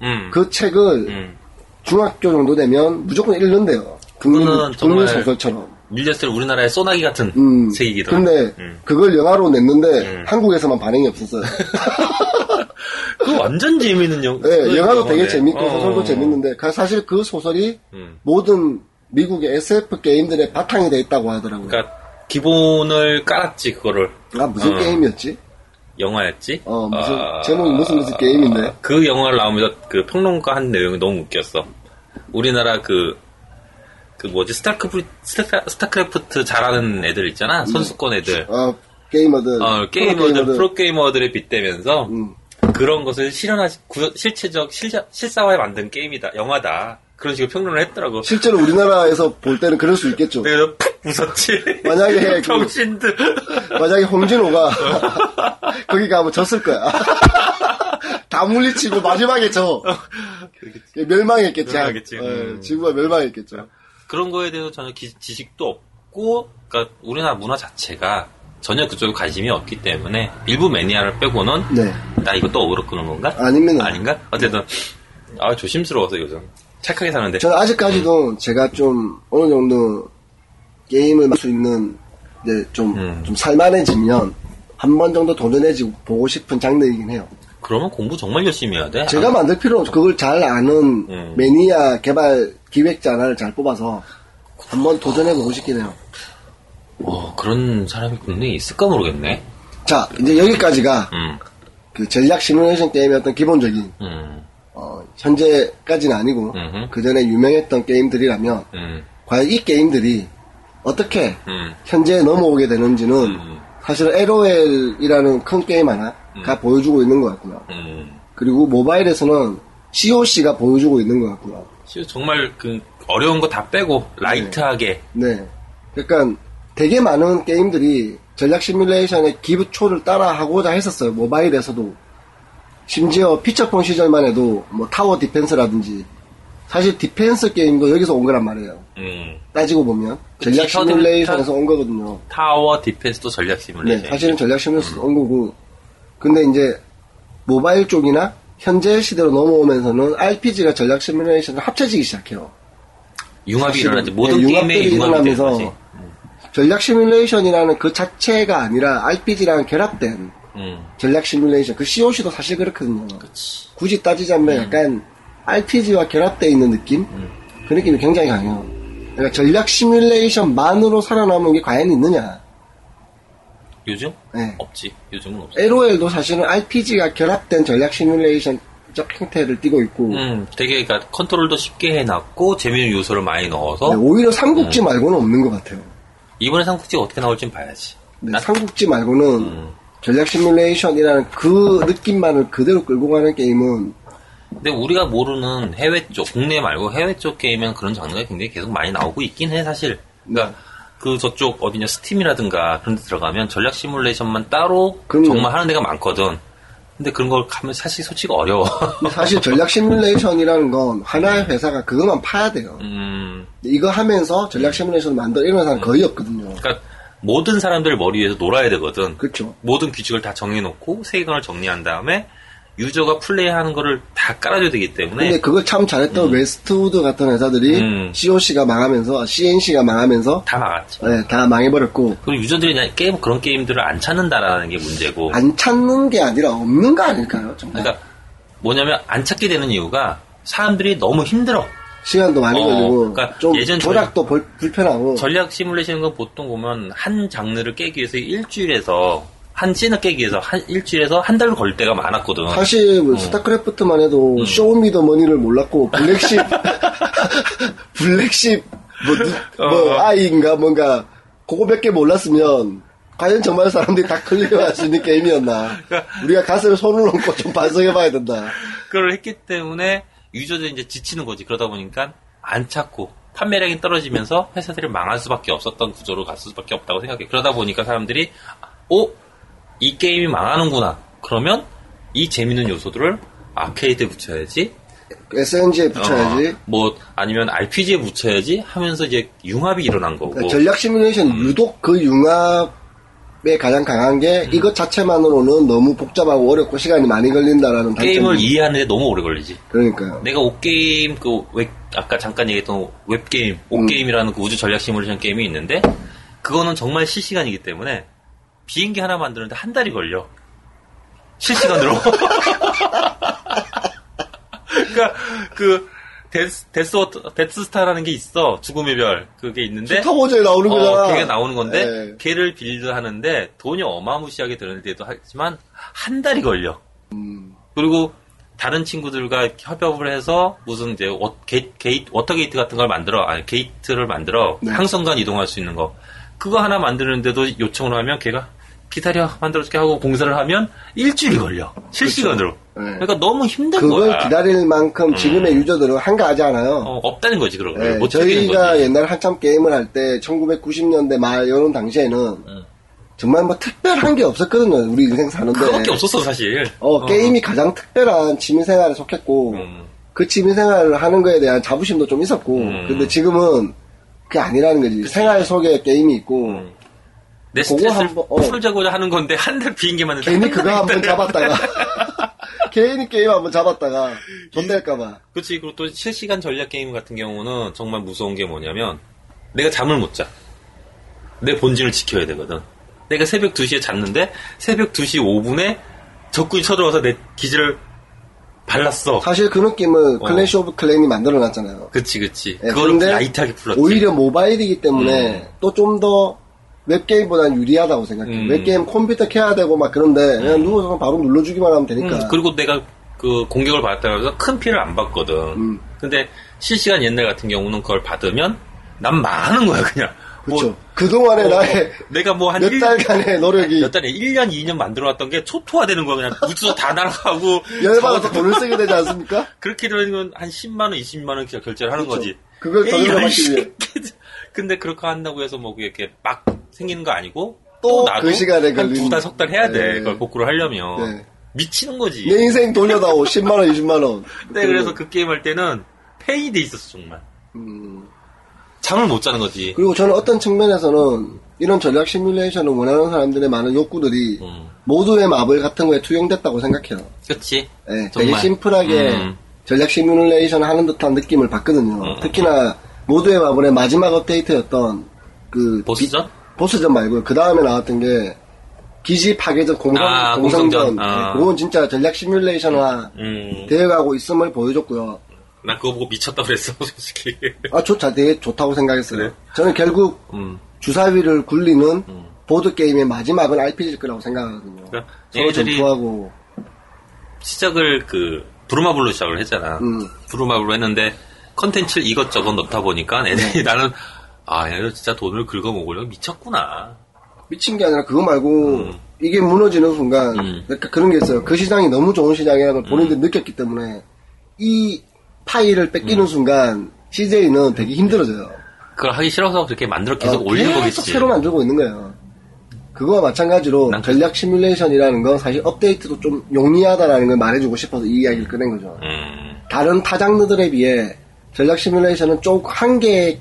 Speaker 1: 음,
Speaker 2: 그 책을
Speaker 1: 음.
Speaker 2: 중학교 정도 되면 무조건 읽는데요. 국민,
Speaker 1: 그거는
Speaker 2: 국민
Speaker 1: 정말
Speaker 2: 소설처럼.
Speaker 1: 밀렸을 때 우리나라의 소나기 같은
Speaker 2: 음.
Speaker 1: 색이기도 하고.
Speaker 2: 근데
Speaker 1: 음.
Speaker 2: 그걸 영화로 냈는데
Speaker 1: 음.
Speaker 2: 한국에서만 반응이 없었어요.
Speaker 1: 그거 완전 재밌는 영
Speaker 2: 네,
Speaker 1: 그
Speaker 2: 영화도
Speaker 1: 영화네.
Speaker 2: 되게 재밌고
Speaker 1: 어.
Speaker 2: 소설도 재밌는데 가- 사실 그 소설이
Speaker 1: 음.
Speaker 2: 모든 미국의 SF 게임들의 바탕이 돼 있다고 하더라고요.
Speaker 1: 그러니까 기본을 깔았지 그거를
Speaker 2: 아 무슨
Speaker 1: 어.
Speaker 2: 게임이었지?
Speaker 1: 영화였지.
Speaker 2: 어, 무슨-
Speaker 1: 아,
Speaker 2: 제목이 무슨 무슨 게임인데?
Speaker 1: 그 영화를 나오면서 그 평론가 한 내용이 너무 웃겼어. 우리나라 그. 그 뭐지 스타크프 스타, 스타크래프트 잘하는 애들
Speaker 2: 음.
Speaker 1: 있잖아 선수권 애들
Speaker 2: 어 게이머들,
Speaker 1: 어, 게이머들 프로게이머들에 빗대면서
Speaker 2: 음.
Speaker 1: 그런 것을 실현하지 구- 실체적 실자, 실사화에 만든 게임이다 영화다 그런 식으로 평론을 했더라고
Speaker 2: 실제로 우리나라에서 볼 때는 그럴 수 있겠죠.
Speaker 1: 내가 푹 웃었지
Speaker 2: 만약에 그-
Speaker 1: 병신들
Speaker 2: 만약에 홍진호가 거기 가면 졌을 거야. 다 물리치고 마지막에 져. 멸망했겠죠.
Speaker 1: 멸망했겠지.
Speaker 2: 어,
Speaker 1: 음.
Speaker 2: 지구가 멸망했겠죠.
Speaker 1: 그런 거에 대해서 전혀 기- 지식도 없고, 그러니까 우리나라 문화 자체가 전혀 그쪽에 관심이 없기 때문에 일부 매니아를 빼고는
Speaker 2: 네.
Speaker 1: 나 이거 또 어그로 끄는 건가?
Speaker 2: 아닙니다.
Speaker 1: 아닌가? 어쨌든 아 조심스러워서 요즘 착하게 사는데
Speaker 2: 저는 아직까지도 제가 좀 어느 정도 게임을 할 수 있는 이제 좀,
Speaker 1: 음.
Speaker 2: 좀 살만해지면 한 번 정도 도전해지고 보고 싶은 장르이긴 해요.
Speaker 1: 그러면 공부 정말 열심히 해야 돼.
Speaker 2: 제가 만들 필요 없고 그걸 잘 아는
Speaker 1: 음.
Speaker 2: 매니아 개발 기획자 하나를 잘 뽑아서 한 번 도전해보고 싶긴 해요.
Speaker 1: 어, 그런 사람이 국내에 있을까 모르겠네.
Speaker 2: 자, 이제 여기까지가
Speaker 1: 음,
Speaker 2: 그 전략 시뮬레이션 게임의 어떤 기본적인
Speaker 1: 음,
Speaker 2: 어, 현재까지는 아니고
Speaker 1: 음흠.
Speaker 2: 그 전에 유명했던 게임들이라면
Speaker 1: 음,
Speaker 2: 과연 이 게임들이 어떻게
Speaker 1: 음,
Speaker 2: 현재에 넘어오게 되는지는
Speaker 1: 음.
Speaker 2: 사실 LOL이라는 큰 게임 하나가 보여주고 있는 것 같고요.
Speaker 1: 음.
Speaker 2: 그리고 모바일에서는 COC가 보여주고 있는 것 같고요.
Speaker 1: 진짜 정말 그 어려운 거 다 빼고 라이트하게
Speaker 2: 네. 그러니까 되게 많은 게임들이 전략 시뮬레이션의 기초를 따라하고자 했었어요. 모바일에서도. 심지어 피처폰 시절만 해도 뭐 타워 디펜스라든지 사실 디펜스 게임도 여기서 온 거란 말이에요.
Speaker 1: 음,
Speaker 2: 따지고 보면
Speaker 1: 그치,
Speaker 2: 전략
Speaker 1: 서든-
Speaker 2: 시뮬레이션에서 온 거거든요.
Speaker 1: 타워 디펜스도 전략 시뮬레이션.
Speaker 2: 네, 사실은 전략
Speaker 1: 음.
Speaker 2: 시뮬레이션에서 온 거고 근데 이제 모바일 쪽이나 현재 시대로 넘어오면서는 RPG가 전략 시뮬레이션을 합쳐지기 시작해요.
Speaker 1: 융합이
Speaker 2: 사실은,
Speaker 1: 일어나지 모든
Speaker 2: 네,
Speaker 1: 게임에
Speaker 2: 융합들이
Speaker 1: 융합이
Speaker 2: 일어나면서
Speaker 1: 일어나지.
Speaker 2: 전략 시뮬레이션이라는 그 자체가 아니라 RPG랑 결합된
Speaker 1: 음.
Speaker 2: 전략 시뮬레이션 그 COC도 사실 그렇거든요.
Speaker 1: 그렇죠.
Speaker 2: 굳이
Speaker 1: 음.
Speaker 2: 따지자면 약간 RPG와 결합되어 있는 느낌 그 느낌이 굉장히 강해요. 그러니까 전략 시뮬레이션만으로 살아남은 게 과연 있느냐?
Speaker 1: 요즘?
Speaker 2: 네.
Speaker 1: 없지. 요즘은 없어.
Speaker 2: LOL도 사실은 RPG가 결합된 전략 시뮬레이션적 형태를 띠고 있고
Speaker 1: 음, 되게 그러니까 컨트롤도 쉽게 해놨고 재미있는 요소를 많이 넣어서
Speaker 2: 네, 오히려 삼국지 말고는 없는 것 같아요.
Speaker 1: 이번에 삼국지가 어떻게 나올진 봐야지.
Speaker 2: 네,
Speaker 1: 난-
Speaker 2: 삼국지 말고는
Speaker 1: 음.
Speaker 2: 전략 시뮬레이션이라는 그 느낌만을 그대로 끌고 가는 게임은
Speaker 1: 근데 우리가 모르는 해외 쪽, 국내 말고 해외 쪽 게임은 그런 장르가 굉장히 계속 많이 나오고 있긴 해, 사실.
Speaker 2: 네.
Speaker 1: 그러니까 그 저쪽 어디냐 스팀이라든가 그런 데 들어가면 전략 시뮬레이션만 따로
Speaker 2: 그럼요.
Speaker 1: 정말 하는 데가 많거든. 근데 그런 걸 가면 사실 솔직히 어려워.
Speaker 2: 근데 사실 전략 시뮬레이션이라는 건 하나의 회사가 그것만 파야 돼요.
Speaker 1: 음,
Speaker 2: 이거 하면서 전략 시뮬레이션 만들어 이런 사람 거의 없거든요.
Speaker 1: 그러니까 모든 사람들 머리 위에서 놀아야 되거든.
Speaker 2: 그렇죠.
Speaker 1: 모든 규칙을 다 정해놓고 세계관을 정리한 다음에 유저가 플레이하는 거를 다 깔아줘야 되기 때문에
Speaker 2: 근데 그걸 참 잘했던 웨스트우드 같은 회사들이
Speaker 1: 네. 음.
Speaker 2: COC가 망하면서 CNC가 망하면서
Speaker 1: 다 막았지.
Speaker 2: 네, 다 망해버렸고
Speaker 1: 그리고 유저들이 그냥 게임 그런 게임들을 안 찾는다라는 게 문제고.
Speaker 2: 안 찾는 게 아니라 없는 거 아닐까요? 정말
Speaker 1: 그러니까 뭐냐면 안 찾게 되는 이유가 사람들이 너무 힘들어.
Speaker 2: 시간도 많이
Speaker 1: 어,
Speaker 2: 걸리고
Speaker 1: 그러니까
Speaker 2: 좀
Speaker 1: 예전
Speaker 2: 조작도 벌- 불편하고
Speaker 1: 전략 시뮬레이션은 건 보통 보면 한 장르를 깨기 위해서 일주일에서 한 씬을 깨기 위해서 한 일주일에서 한 달을 걸 때가 많았거든.
Speaker 2: 사실
Speaker 1: 어.
Speaker 2: 뭐 스타크래프트만 해도
Speaker 1: 음.
Speaker 2: 쇼미더머니를 몰랐고 블랙십 블랙십 뭐, 누- 뭐
Speaker 1: 어.
Speaker 2: 아이인가 뭔가 그거 몇 개 몰랐으면 과연 정말 사람들이 다 클리어할 수 있는 게임이었나 우리가 가슴에 손을 얹고 좀 반성해봐야 된다
Speaker 1: 그걸 했기 때문에 유저들이 이제 지치는 거지. 그러다 보니까 안 찾고 판매량이 떨어지면서 회사들이 망할 수밖에 없었던 구조로 갔을 수밖에 없다고 생각해. 그러다 보니까 사람들이 어? 이 게임이 망하는구나. 그러면 이 재밌는 요소들을 아케이드에 붙여야지.
Speaker 2: SNG에 붙여야지
Speaker 1: 어, 뭐 아니면 RPG에 붙여야지 하면서 이제 융합이 일어난 음. 거고.
Speaker 2: 그러니까 전략 시뮬레이션 유독 그 융합에 가장 강한 게
Speaker 1: 음.
Speaker 2: 이것 자체만으로는 너무 복잡하고 어렵고 시간이 많이 걸린다라는
Speaker 1: 게임을
Speaker 2: 단점이
Speaker 1: 이해하는데 너무 오래 걸리지.
Speaker 2: 그러니까요
Speaker 1: 내가 옥게임 그 웹, 아까 잠깐 얘기했던 웹게임 옥게임이라는 그 우주 전략 시뮬레이션 게임이 있는데 그거는 정말 실시간이기 때문에 비행기 하나 만드는데 한 달이 걸려 실시간으로 그러니까 그 데스 데스 워터- 데스스타라는 게 있어 죽음의 별 그게 있는데
Speaker 2: 스타워즈에 나오는
Speaker 1: 어,
Speaker 2: 거잖아
Speaker 1: 걔가 나오는 건데
Speaker 2: 그러니까 예.
Speaker 1: 걔를 빌드하는데 돈이 어마무시하게 드는데도 하지만 한 달이 걸려.
Speaker 2: 음.
Speaker 1: 그리고 다른 친구들과 협업을 해서 무슨 이제 워, 게, 게이트 워터 게이트 같은 걸 만들어 아니 게이트를 만들어
Speaker 2: 네.
Speaker 1: 항성간 이동할 수 있는 거 그거 하나 만드는데도 요청을 하면 걔가 기다려 만들어줄게 하고 공사를 하면 일주일이 걸려 실시간으로 그
Speaker 2: 네.
Speaker 1: 러니까 너무 힘든
Speaker 2: 그걸
Speaker 1: 거야 음.
Speaker 2: 기다릴 만큼 지금의 유저들은 한가하지 않아요.
Speaker 1: 어, 없다는 거지 그런
Speaker 2: 네,
Speaker 1: 걸못 즐기는
Speaker 2: 저희가
Speaker 1: 거지
Speaker 2: 옛날 한참 게임을 할 때 1990년대 말 이런 당시에는
Speaker 1: 네.
Speaker 2: 정말 뭐 특별한 게 없었거든요. 우리 인생 사는데.
Speaker 1: 그거밖에 없었어 사실
Speaker 2: 네. 어, 게임이 가장 특별한 취미생활에 속했고
Speaker 1: 음.
Speaker 2: 그 취미생활을 하는 거에 대한 자부심도 좀 있었고
Speaker 1: 음.
Speaker 2: 근데 지금은 그게 아니라는 거지. 생활 속에 게임이 있고
Speaker 1: 어. 음. 내
Speaker 2: 네. 그거
Speaker 1: 스트레스를
Speaker 2: 한번- 어.
Speaker 1: 풀자고자 하는 건데 한 달 비행기만 했는데
Speaker 2: 괜히
Speaker 1: 한 달이
Speaker 2: 그거 한번
Speaker 1: 있다니까.
Speaker 2: 잡았다가 괜히 게임 한번 잡았다가 존댈까봐
Speaker 1: 그렇지 그리고 또 실시간 전략 게임 같은 경우는 정말 무서운 게 뭐냐면 내가 잠을 못 자. 내 본진을 지켜야 되거든. 내가 새벽 2시에 잤는데 새벽 2시 5분에 적군이 쳐들어와서 내 기지를 발랐어.
Speaker 2: 사실 그 느낌을
Speaker 1: 어.
Speaker 2: 클래시 오브 클랜이 만들어놨잖아요.
Speaker 1: 그치 그치.
Speaker 2: 예,
Speaker 1: 그거를
Speaker 2: 근데
Speaker 1: 라이트하게 풀었지.
Speaker 2: 오히려 모바일이기 때문에 또 좀 더 웹게임보다는 유리하다고 생각해요.
Speaker 1: 음.
Speaker 2: 웹게임 컴퓨터 켜야 되고 막 그런데 그냥 누워서 바로 눌러주기만 하면 되니까.
Speaker 1: 음, 그리고 내가 그 공격을 받았다고 해서 큰 피를 안 받거든.
Speaker 2: 음.
Speaker 1: 근데 실시간 옛날 같은 경우는 그걸 받으면 난 망하는 거야 그냥. 뭐,
Speaker 2: 그렇죠. 그동안에
Speaker 1: 어,
Speaker 2: 나의
Speaker 1: 내가 뭐한
Speaker 2: 몇 달간의 노력이
Speaker 1: 몇 달에 1년, 2년 만들어왔던 게 초토화되는 거야. 그냥 우주도 다 날아가고.
Speaker 2: 열받아서
Speaker 1: 자원도-
Speaker 2: 돈을 쓰게 되지 않습니까?
Speaker 1: 그렇게 되면 한 10만원, 20만원 결제를 하는
Speaker 2: 그렇죠.
Speaker 1: 거지.
Speaker 2: 그걸
Speaker 1: 에이,
Speaker 2: 저절로
Speaker 1: 이런
Speaker 2: 받기 위해.
Speaker 1: 새끼들. 근데 그렇게 한다고 해서 뭐 이렇게 막 생기는 거 아니고
Speaker 2: 또
Speaker 1: 또
Speaker 2: 그
Speaker 1: 나도
Speaker 2: 시간에
Speaker 1: 한
Speaker 2: 걸리는-
Speaker 1: 두 달, 석 달 해야 돼.
Speaker 2: 네.
Speaker 1: 그걸 복구를 하려면.
Speaker 2: 네.
Speaker 1: 미치는 거지.
Speaker 2: 내 인생 돌려다오 10만원 20만원
Speaker 1: 네, 그래서 그 게임 할 때는 페이드 있었어, 정말. 잠을 못 자는 거지.
Speaker 2: 음. 그리고 저는 어떤 측면에서는 이런 전략 시뮬레이션을 원하는 사람들의 많은 욕구들이
Speaker 1: 음.
Speaker 2: 모두의 마블 같은 거에 투영됐다고 생각해요.
Speaker 1: 그치?
Speaker 2: 예, 되게
Speaker 1: 정말.
Speaker 2: 심플하게
Speaker 1: 음.
Speaker 2: 전략 시뮬레이션 하는 듯한 느낌을 받거든요. 특히나 모두의 마블의 마지막 업데이트였던 그
Speaker 1: 보스전?
Speaker 2: 비- 보스전 말고요. 그 다음에 나왔던 게 기지 파괴전 공성,
Speaker 1: 아,
Speaker 2: 공성전. 네,
Speaker 1: 공성전. 아.
Speaker 2: 그건 진짜 전략 시뮬레이션화
Speaker 1: 음.
Speaker 2: 되어가고 있음을 보여줬고요.
Speaker 1: 나 그거 보고 미쳤다 그랬어, 솔직히.
Speaker 2: 아, 좋다. 되게 좋다고 생각했어요.
Speaker 1: 그래요?
Speaker 2: 저는 결국
Speaker 1: 음.
Speaker 2: 주사위를 굴리는 보드 게임의 마지막은 RPG일 거라고 생각하거든요.
Speaker 1: 그러니까
Speaker 2: 서로
Speaker 1: 얘네들이-
Speaker 2: 전투하고
Speaker 1: 시작을 그 부루마블로 시작을 했잖아.
Speaker 2: 음.
Speaker 1: 부루마블로 했는데 컨텐츠를 이것저것 넣다 보니까
Speaker 2: 네.
Speaker 1: 애들이 나는 아, 얘들 진짜 돈을 긁어 먹으려고 미쳤구나.
Speaker 2: 미친 게 아니라 그거 말고 이게 무너지는 순간
Speaker 1: 음. 음.
Speaker 2: 그러니까 그런 게 있어요. 그 시장이 너무 좋은 시장이라는 걸 본인들이 느꼈기 때문에 이 파일을 뺏기는
Speaker 1: 음.
Speaker 2: 순간 CJ는 되게 힘들어져요.
Speaker 1: 그걸 하기 싫어서 그렇게 만들어 음. 계속
Speaker 2: 어,
Speaker 1: 올린
Speaker 2: 계속
Speaker 1: 거겠지.
Speaker 2: 새로 만들고 있는 거예요. 그거와 마찬가지로
Speaker 1: 난-
Speaker 2: 전략 시뮬레이션이라는 건 사실 업데이트도 좀 용이하다라는 걸 말해주고 싶어서 이 이야기를 꺼낸 거죠.
Speaker 1: 음,
Speaker 2: 다른 타 장르들에 비해 전략 시뮬레이션은 쪽한 개의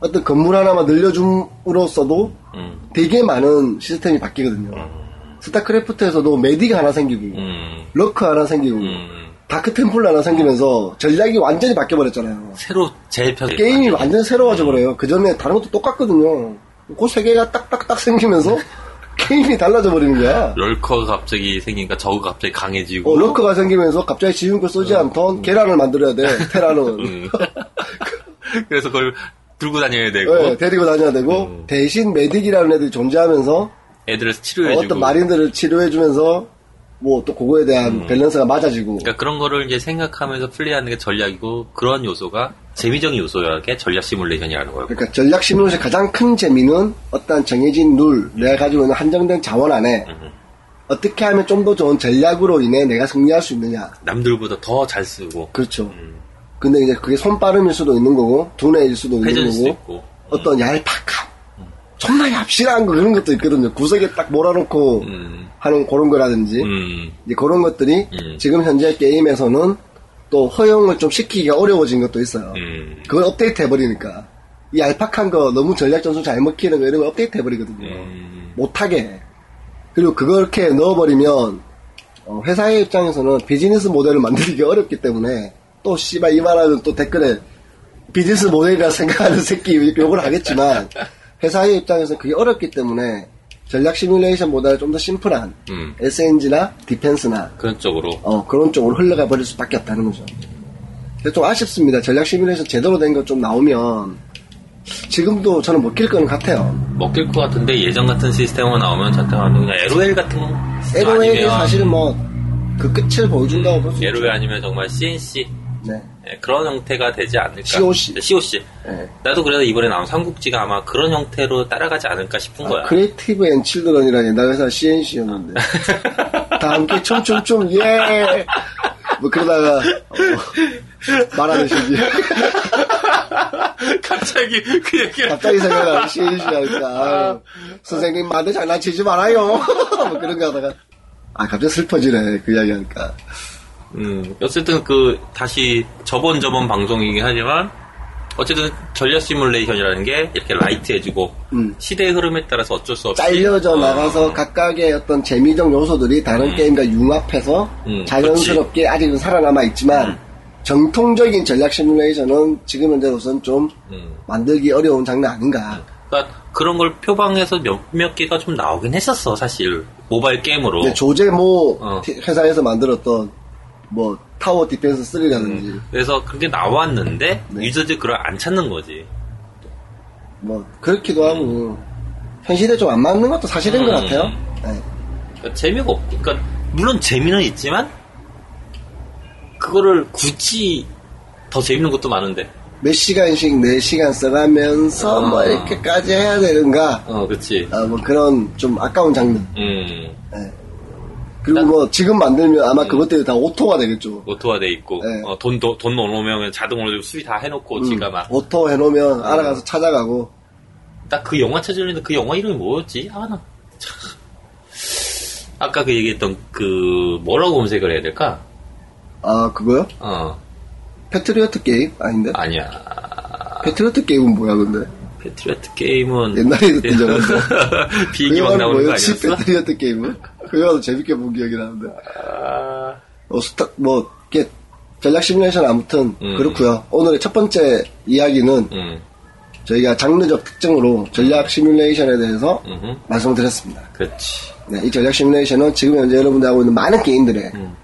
Speaker 2: 어떤 건물 하나만 늘려줌으로써도
Speaker 1: 음,
Speaker 2: 되게 많은 시스템이 바뀌거든요. 스타크래프트에서도 메딕 하나 생기고,
Speaker 1: 음,
Speaker 2: 러크 하나 생기고,
Speaker 1: 음.
Speaker 2: 다크 템플 하나 생기면서 전략이 완전히 바뀌어버렸잖아요.
Speaker 1: 새로 재편.
Speaker 2: 게임이 완전 새로워져 버려요. 그 전에 다른 것도 똑같거든요. 그 세 개가 딱딱딱 생기면서 게임이 달라져 버리는 거야.
Speaker 1: 럴커가 갑자기 생기니까 저거 갑자기 강해지고.
Speaker 2: 어, 러크가 생기면서 갑자기 지윤걸 쏘지 않던 계란을 만들어야 돼, 테라는.
Speaker 1: 음. 그래서 그걸 들고 다녀야 되고 음.
Speaker 2: 예, 데리고 다녀야 되고, 대신 메딕이라는 애들이 존재하면서
Speaker 1: 애들을 치료해주고.
Speaker 2: 어떤 마린들을 치료해주면서 뭐 또 그거에 대한 밸런스가 맞아지고.
Speaker 1: 음. 그러니까 그런 거를 이제 생각하면서 플레이하는 게 전략이고 그런 요소가 재미적인 요소야. 게 전략 시뮬레이션이라는 거예요.
Speaker 2: 그러니까 전략 시뮬레이션 가장 큰 재미는 어떤 정해진 룰, 내가 가지고 있는 한정된 자원 안에 어떻게 하면 좀 더 좋은 전략으로 인해 내가 승리할 수 있느냐.
Speaker 1: 남들보다 더 잘 쓰고
Speaker 2: 그렇죠.
Speaker 1: 음.
Speaker 2: 근데 이제 그게 손빠름일 수도 있는 거고, 두뇌일 수도 있는
Speaker 1: 회전일 수도
Speaker 2: 거고,
Speaker 1: 있고. 음.
Speaker 2: 어떤 얄팍함, 정말 얍실한 거 그런 것도 있거든요. 구석에 딱 몰아놓고
Speaker 1: 음.
Speaker 2: 하는 그런 거라든지,
Speaker 1: 음.
Speaker 2: 이제 그런 것들이
Speaker 1: 음.
Speaker 2: 지금 현재 게임에서는 또 허용을 좀 시키기가 어려워진 것도 있어요.
Speaker 1: 음.
Speaker 2: 그걸 업데이트 해버리니까. 이 얄팍한 거, 너무 전략 전술 잘 먹히는 거 이런 거 업데이트 해버리거든요.
Speaker 1: 음.
Speaker 2: 못하게. 그리고 그렇게 넣어버리면, 어, 회사의 입장에서는 비즈니스 모델을 만들기가 어렵기 때문에, 또 씨발 이 말하면 또 댓글에 비즈니스 모델이라 생각하는 새끼 욕을 하겠지만, 회사의 입장에서는 그게 어렵기 때문에, 전략 시뮬레이션보다 좀 더 심플한
Speaker 1: 음.
Speaker 2: SNG나 디펜스나
Speaker 1: 그런 쪽으로.
Speaker 2: 어, 그런 쪽으로 흘러가 버릴 수밖에 없다는 거죠. 그래서 좀 아쉽습니다. 전략 시뮬레이션 제대로 된 거 좀 나오면 지금도 저는 못 낄 거는 같아요.
Speaker 1: 먹힐 것 같은데 예전 같은 시스템으로 나오면 잠깐만 그냥 LOL 같은 거 시스템
Speaker 2: LOL이
Speaker 1: 아니면
Speaker 2: 사실은 뭐 그 끝을 보여준다고 볼 수 있죠.
Speaker 1: LOL 아니면 정말 CNC
Speaker 2: 네.
Speaker 1: 예, 그런 형태가 되지 않을까
Speaker 2: COC.
Speaker 1: 네, COC
Speaker 2: 네.
Speaker 1: 나도 그래서 이번에 나온 삼국지가 아마 그런 형태로 따라가지 않을까 싶은
Speaker 2: 아,
Speaker 1: 거야
Speaker 2: 크리에이티브 앤 칠드런이라는 옛날 회사 CNC였는데 다 함께 춤춤춤 예. 뭐 그러다가 어, 말하듯이
Speaker 1: 갑자기 그 얘기를
Speaker 2: 갑자기 생각나는
Speaker 1: 아,
Speaker 2: CNC라니까 선생님 마음에 장난치지 말아요. 뭐 그런 거 하다가 아 갑자기 슬퍼지네 그 이야기 하니까.
Speaker 1: 음, 어쨌든 그 다시 저번 저번 방송이긴 하지만 어쨌든 전략 시뮬레이션이라는 게 이렇게 라이트해지고
Speaker 2: 음.
Speaker 1: 시대의 흐름에 따라서 어쩔 수 없이
Speaker 2: 잘려져
Speaker 1: 어,
Speaker 2: 나가서 각각의 어떤 재미적 요소들이 다른 게임과 융합해서
Speaker 1: 음,
Speaker 2: 자연스럽게 아직은 살아남아 있지만 정통적인 전략 시뮬레이션은 지금 현재로선 좀
Speaker 1: 음.
Speaker 2: 만들기 어려운 장르 아닌가.
Speaker 1: 그러니까 그런 걸 표방해서 몇몇 개가 좀 나오긴 했었어 사실 모바일 게임으로
Speaker 2: 근데 조제모
Speaker 1: 어.
Speaker 2: 회사에서 만들었던 뭐 타워 디펜스 3라든지
Speaker 1: 그래서 그게 나왔는데
Speaker 2: 네.
Speaker 1: 유저들이 그걸 안 찾는 거지
Speaker 2: 뭐 그렇기도 하고 현실에 좀 안 맞는 것도 사실인 것
Speaker 1: 음.
Speaker 2: 같아요. 네.
Speaker 1: 그러니까 재미가 없. 그러니까 물론 재미는 있지만 그거를 굳이 더 재밌는 것도 많은데.
Speaker 2: 몇 시간씩 네 시간 써가면서 뭐
Speaker 1: 아.
Speaker 2: 이렇게까지 해야 되는가.
Speaker 1: 어, 그렇지.
Speaker 2: 아, 뭐 그런 좀 아까운 장르.
Speaker 1: 음,
Speaker 2: 그리고 뭐 지금 만들면 아마 그것들이 다 오토가 되겠죠.
Speaker 1: 오토화돼 있고
Speaker 2: 네. 음.
Speaker 1: 어, 돈돈 넣어놓으면 자동으로 수리 다 해놓고 지가 막 딱 그
Speaker 2: 오토 해놓으면 알아가서 찾아가고
Speaker 1: 영화 찾으려는데 그 영화 이름이 뭐였지? 아나 참. 아까 그 얘기했던 그 뭐라고 검색을 해야 될까?
Speaker 2: 아 그거요?
Speaker 1: 어
Speaker 2: 패트리어트 게임 아닌데?
Speaker 1: 아니야.
Speaker 2: 패트리어트 게임은 뭐야 근데?
Speaker 1: 패트리어트 게임은
Speaker 2: 옛날에 듣던 영화인데.
Speaker 1: 비행기 막 나오는 거
Speaker 2: 뭐였지?
Speaker 1: 아니었어?
Speaker 2: 패트리어트 게임은? 그 영화도 재밌게 본 기억이 나는데.
Speaker 1: 아...
Speaker 2: 어, 스타 뭐 이게 전략 시뮬레이션 아무튼
Speaker 1: 음.
Speaker 2: 그렇고요. 오늘의 첫 번째 이야기는
Speaker 1: 음,
Speaker 2: 저희가 장르적 특징으로 전략 시뮬레이션에 대해서
Speaker 1: 음,
Speaker 2: 말씀드렸습니다.
Speaker 1: 그렇지.
Speaker 2: 네, 이 전략 시뮬레이션은 지금 현재 여러분들이 하고 있는 많은 게임들의
Speaker 1: 음.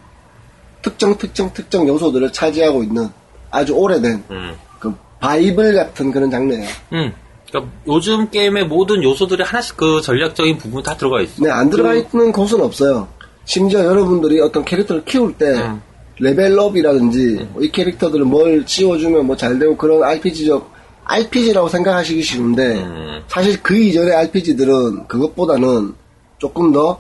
Speaker 2: 특정 특정 특정 요소들을 차지하고 있는 아주 오래된
Speaker 1: 음.
Speaker 2: 그 바이블 같은 그런 장르예요.
Speaker 1: 음. 그러니까 요즘 게임의 모든 요소들이 하나씩 그 전략적인 부분 다 들어가 있어.
Speaker 2: 네, 안 들어가 있는 곳은 없어요. 심지어 여러분들이 어떤 캐릭터를 키울 때
Speaker 1: 음.
Speaker 2: 레벨업이라든지 뭐 이 캐릭터들을 뭘 씌워주면 뭐 잘 되고 그런 RPG적 RPG라고 생각하시기 쉬운데
Speaker 1: 음.
Speaker 2: 사실 그 이전의 RPG들은 그것보다는 조금 더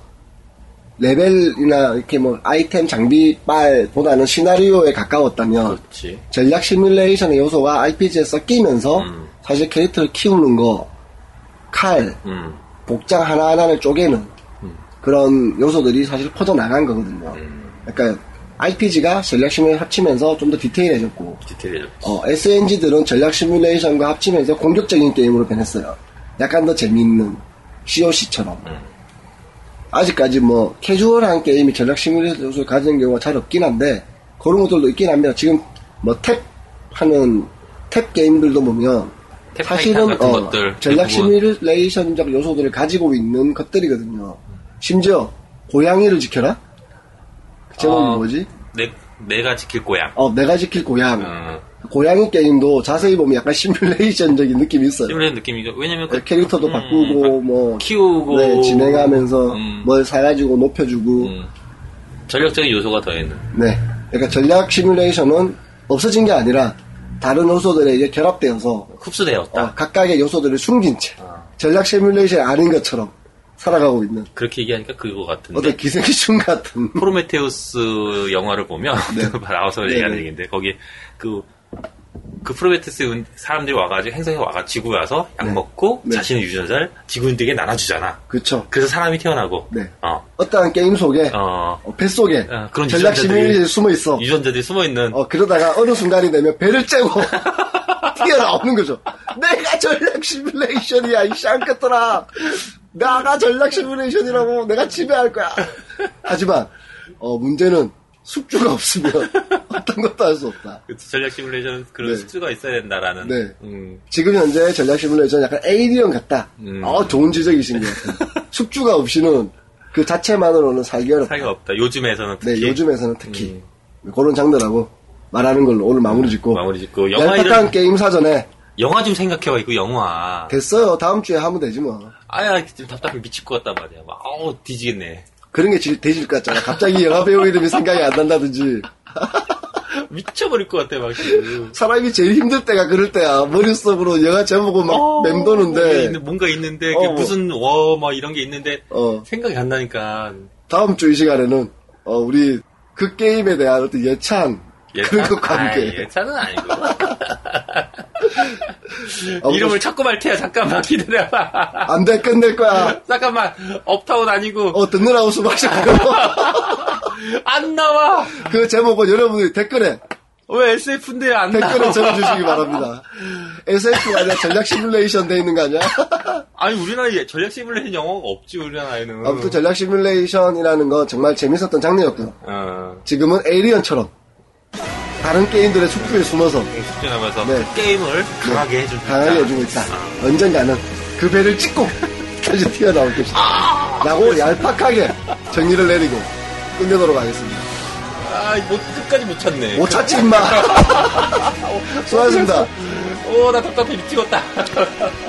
Speaker 2: 레벨이나 이렇게 뭐 아이템 장비 빨보다는 시나리오에 가까웠다면
Speaker 1: 그렇지.
Speaker 2: 전략 시뮬레이션의 요소가 RPG에 섞이면서
Speaker 1: 음.
Speaker 2: 사실 캐릭터를 키우는 거, 칼,
Speaker 1: 음.
Speaker 2: 복장 하나하나를 쪼개는 그런 요소들이 사실 퍼져나간 거거든요. 그러니까 RPG가 전략 시뮬레이션 합치면서 좀 더 디테일해졌고
Speaker 1: 디테일해졌지.
Speaker 2: 어, SNG들은 전략 시뮬레이션과 합치면서 공격적인 게임으로 변했어요. 약간 더 재미있는 COC처럼.
Speaker 1: 음.
Speaker 2: 아직까지 뭐 캐주얼한 게임이 전략 시뮬레이션 요소를 가지는 경우가 잘 없긴 한데 그런 것들도 있긴 합니다. 지금 뭐 탭 하는 탭 게임들도 보면 어,
Speaker 1: 탭 타이탄 같은 것들
Speaker 2: 전략
Speaker 1: 대부분.
Speaker 2: 시뮬레이션적 요소들을 가지고 있는 것들이거든요. 심지어 고양이를 지켜라? 그 제목이
Speaker 1: 아.
Speaker 2: 뭐지?
Speaker 1: 내, 내가 지킬 고향.
Speaker 2: 어, 내가 지킬 고양.
Speaker 1: 음.
Speaker 2: 고양이 게임도 자세히 보면 약간 시뮬레이션적인 느낌이 있어요.
Speaker 1: 시뮬레이션 느낌이죠. 왜냐면
Speaker 2: 네, 캐릭터도
Speaker 1: 음,
Speaker 2: 바꾸고
Speaker 1: 바-
Speaker 2: 뭐
Speaker 1: 키우고
Speaker 2: 네, 진행하면서 뭐
Speaker 1: 음.
Speaker 2: 뭘 사가지고 높여주고
Speaker 1: 음. 전략적인 요소가 더있는
Speaker 2: 네 그러니까 전략 시뮬레이션은 없어진 게 아니라 다른 요소들에 이제 결합되어서 어,
Speaker 1: 흡수되었다.
Speaker 2: 각각의 요소들을 숨긴 채
Speaker 1: 아.
Speaker 2: 전략 시뮬레이션 아닌 것처럼 살아가고 있는
Speaker 1: 그렇게 얘기하니까 그거 같은데.
Speaker 2: 어떤 기생충 같은
Speaker 1: 프로메테우스 영화를 보면 또 나와서 얘기하는
Speaker 2: 네, 네.
Speaker 1: 얘기인데 거기 그 그 프로메테우스 은- 사람들이 와가지고 행성에 와가 지구 와서 약 먹고
Speaker 2: 네.
Speaker 1: 자신의 유전자를 지구인들에게 나눠주잖아.
Speaker 2: 그렇죠
Speaker 1: 그래서 사람이 태어나고
Speaker 2: 네.
Speaker 1: 어,
Speaker 2: 어떠한 게임 속에
Speaker 1: 어,
Speaker 2: 어, 뱃 속에
Speaker 1: 어, 그런
Speaker 2: 전략
Speaker 1: 유전자들이-
Speaker 2: 시뮬레이션이 숨어 있어
Speaker 1: 유전자들이 숨어 있는
Speaker 2: 어, 그러다가 어느 순간이 되면 배를 째고 뛰어나오는 거죠. 내가 전략 시뮬레이션이야, 이 샹크더라. 나가 전략 시뮬레이션이라고 내가 지배할 거야. 하지만, 어, 문제는 숙주가 없으면 어떤 것도 할 수 없다.
Speaker 1: 그 전략 시뮬레이션 그런
Speaker 2: 네.
Speaker 1: 숙주가 있어야 된다라는.
Speaker 2: 네.
Speaker 1: 음,
Speaker 2: 지금 현재 전략 시뮬레이션 약간 에이리언 같다.
Speaker 1: 음.
Speaker 2: 어, 좋은 지적이신 것 같아요. 숙주가 없이는 그 자체만으로는 살기 어렵다.
Speaker 1: 사이가 없다. 요즘에서는
Speaker 2: 네,
Speaker 1: 특히
Speaker 2: 요즘에서는 특히 그런 장르라고 말하는 걸로 오늘 마무리 짓고
Speaker 1: 음. 마무리 짓고 영화
Speaker 2: 얄팍한
Speaker 1: 이름
Speaker 2: 게임 사전에
Speaker 1: 영화 좀 생각해봐 이거 영화.
Speaker 2: 됐어요. 다음 주에 하면 되지 뭐.
Speaker 1: 아야 지금 답답해 미칠 것 같단 말이야. 막 아우 뒤지겠네.
Speaker 2: 그런 게 질- 되질 것 같잖아. 갑자기 영화 배우 이름이 생각이 안 난다든지.
Speaker 1: 미쳐버릴 것 같아 막 지금.
Speaker 2: 사람이 제일 힘들 때가 그럴 때야. 머릿속으로 영화 제목을 막
Speaker 1: 어, 뭔가 있는-
Speaker 2: 맴도는데.
Speaker 1: 뭔가 있는데
Speaker 2: 어,
Speaker 1: 그게
Speaker 2: 어.
Speaker 1: 무슨 워막 뭐 이런 게 있는데
Speaker 2: 어.
Speaker 1: 생각이 안 나니까
Speaker 2: 다음 주 이 시간에는 어, 우리 그 게임에 대한 어떤 예찬 그런 것과
Speaker 1: 아이,
Speaker 2: 함께
Speaker 1: 예찬은 아니고
Speaker 2: 어,
Speaker 1: 이름을 찾고 말 테야 잠깐만 기다려봐
Speaker 2: 안돼 끝낼 거야.
Speaker 1: 잠깐만 업타운 아니고
Speaker 2: 어 듣느라고 수고하셨고
Speaker 1: 안 나와
Speaker 2: 그 제목은 여러분이 댓글에
Speaker 1: 왜 SF인데 안
Speaker 2: 댓글에
Speaker 1: 나와
Speaker 2: 적어주시기 바랍니다. SF가 아니라 전략 시뮬레이션 돼 있는 거 아니야?
Speaker 1: 아니 우리나라에 예, 전략 시뮬레이션 영어가 없지 우리나라에는
Speaker 2: 아무튼 전략 시뮬레이션이라는 건 정말 재밌었던 장르였고요.
Speaker 1: 어,
Speaker 2: 지금은 에이리언처럼 다른 게임들의 숙주에 숨어서
Speaker 1: 숙제 남아서
Speaker 2: 네.
Speaker 1: 게임을 강하게 해준
Speaker 2: 강하게 해주고 있다. 언젠가는 그 배를 찍고 다시 튀어나올 것이다. 라고 얄팍하게 정리를 내리고 끝내도록 하겠습니다.
Speaker 1: 아못 끝까지 못 찾네
Speaker 2: 못 찾지 임마. 수고하셨습니다.
Speaker 1: 오나 답답해 미치겠다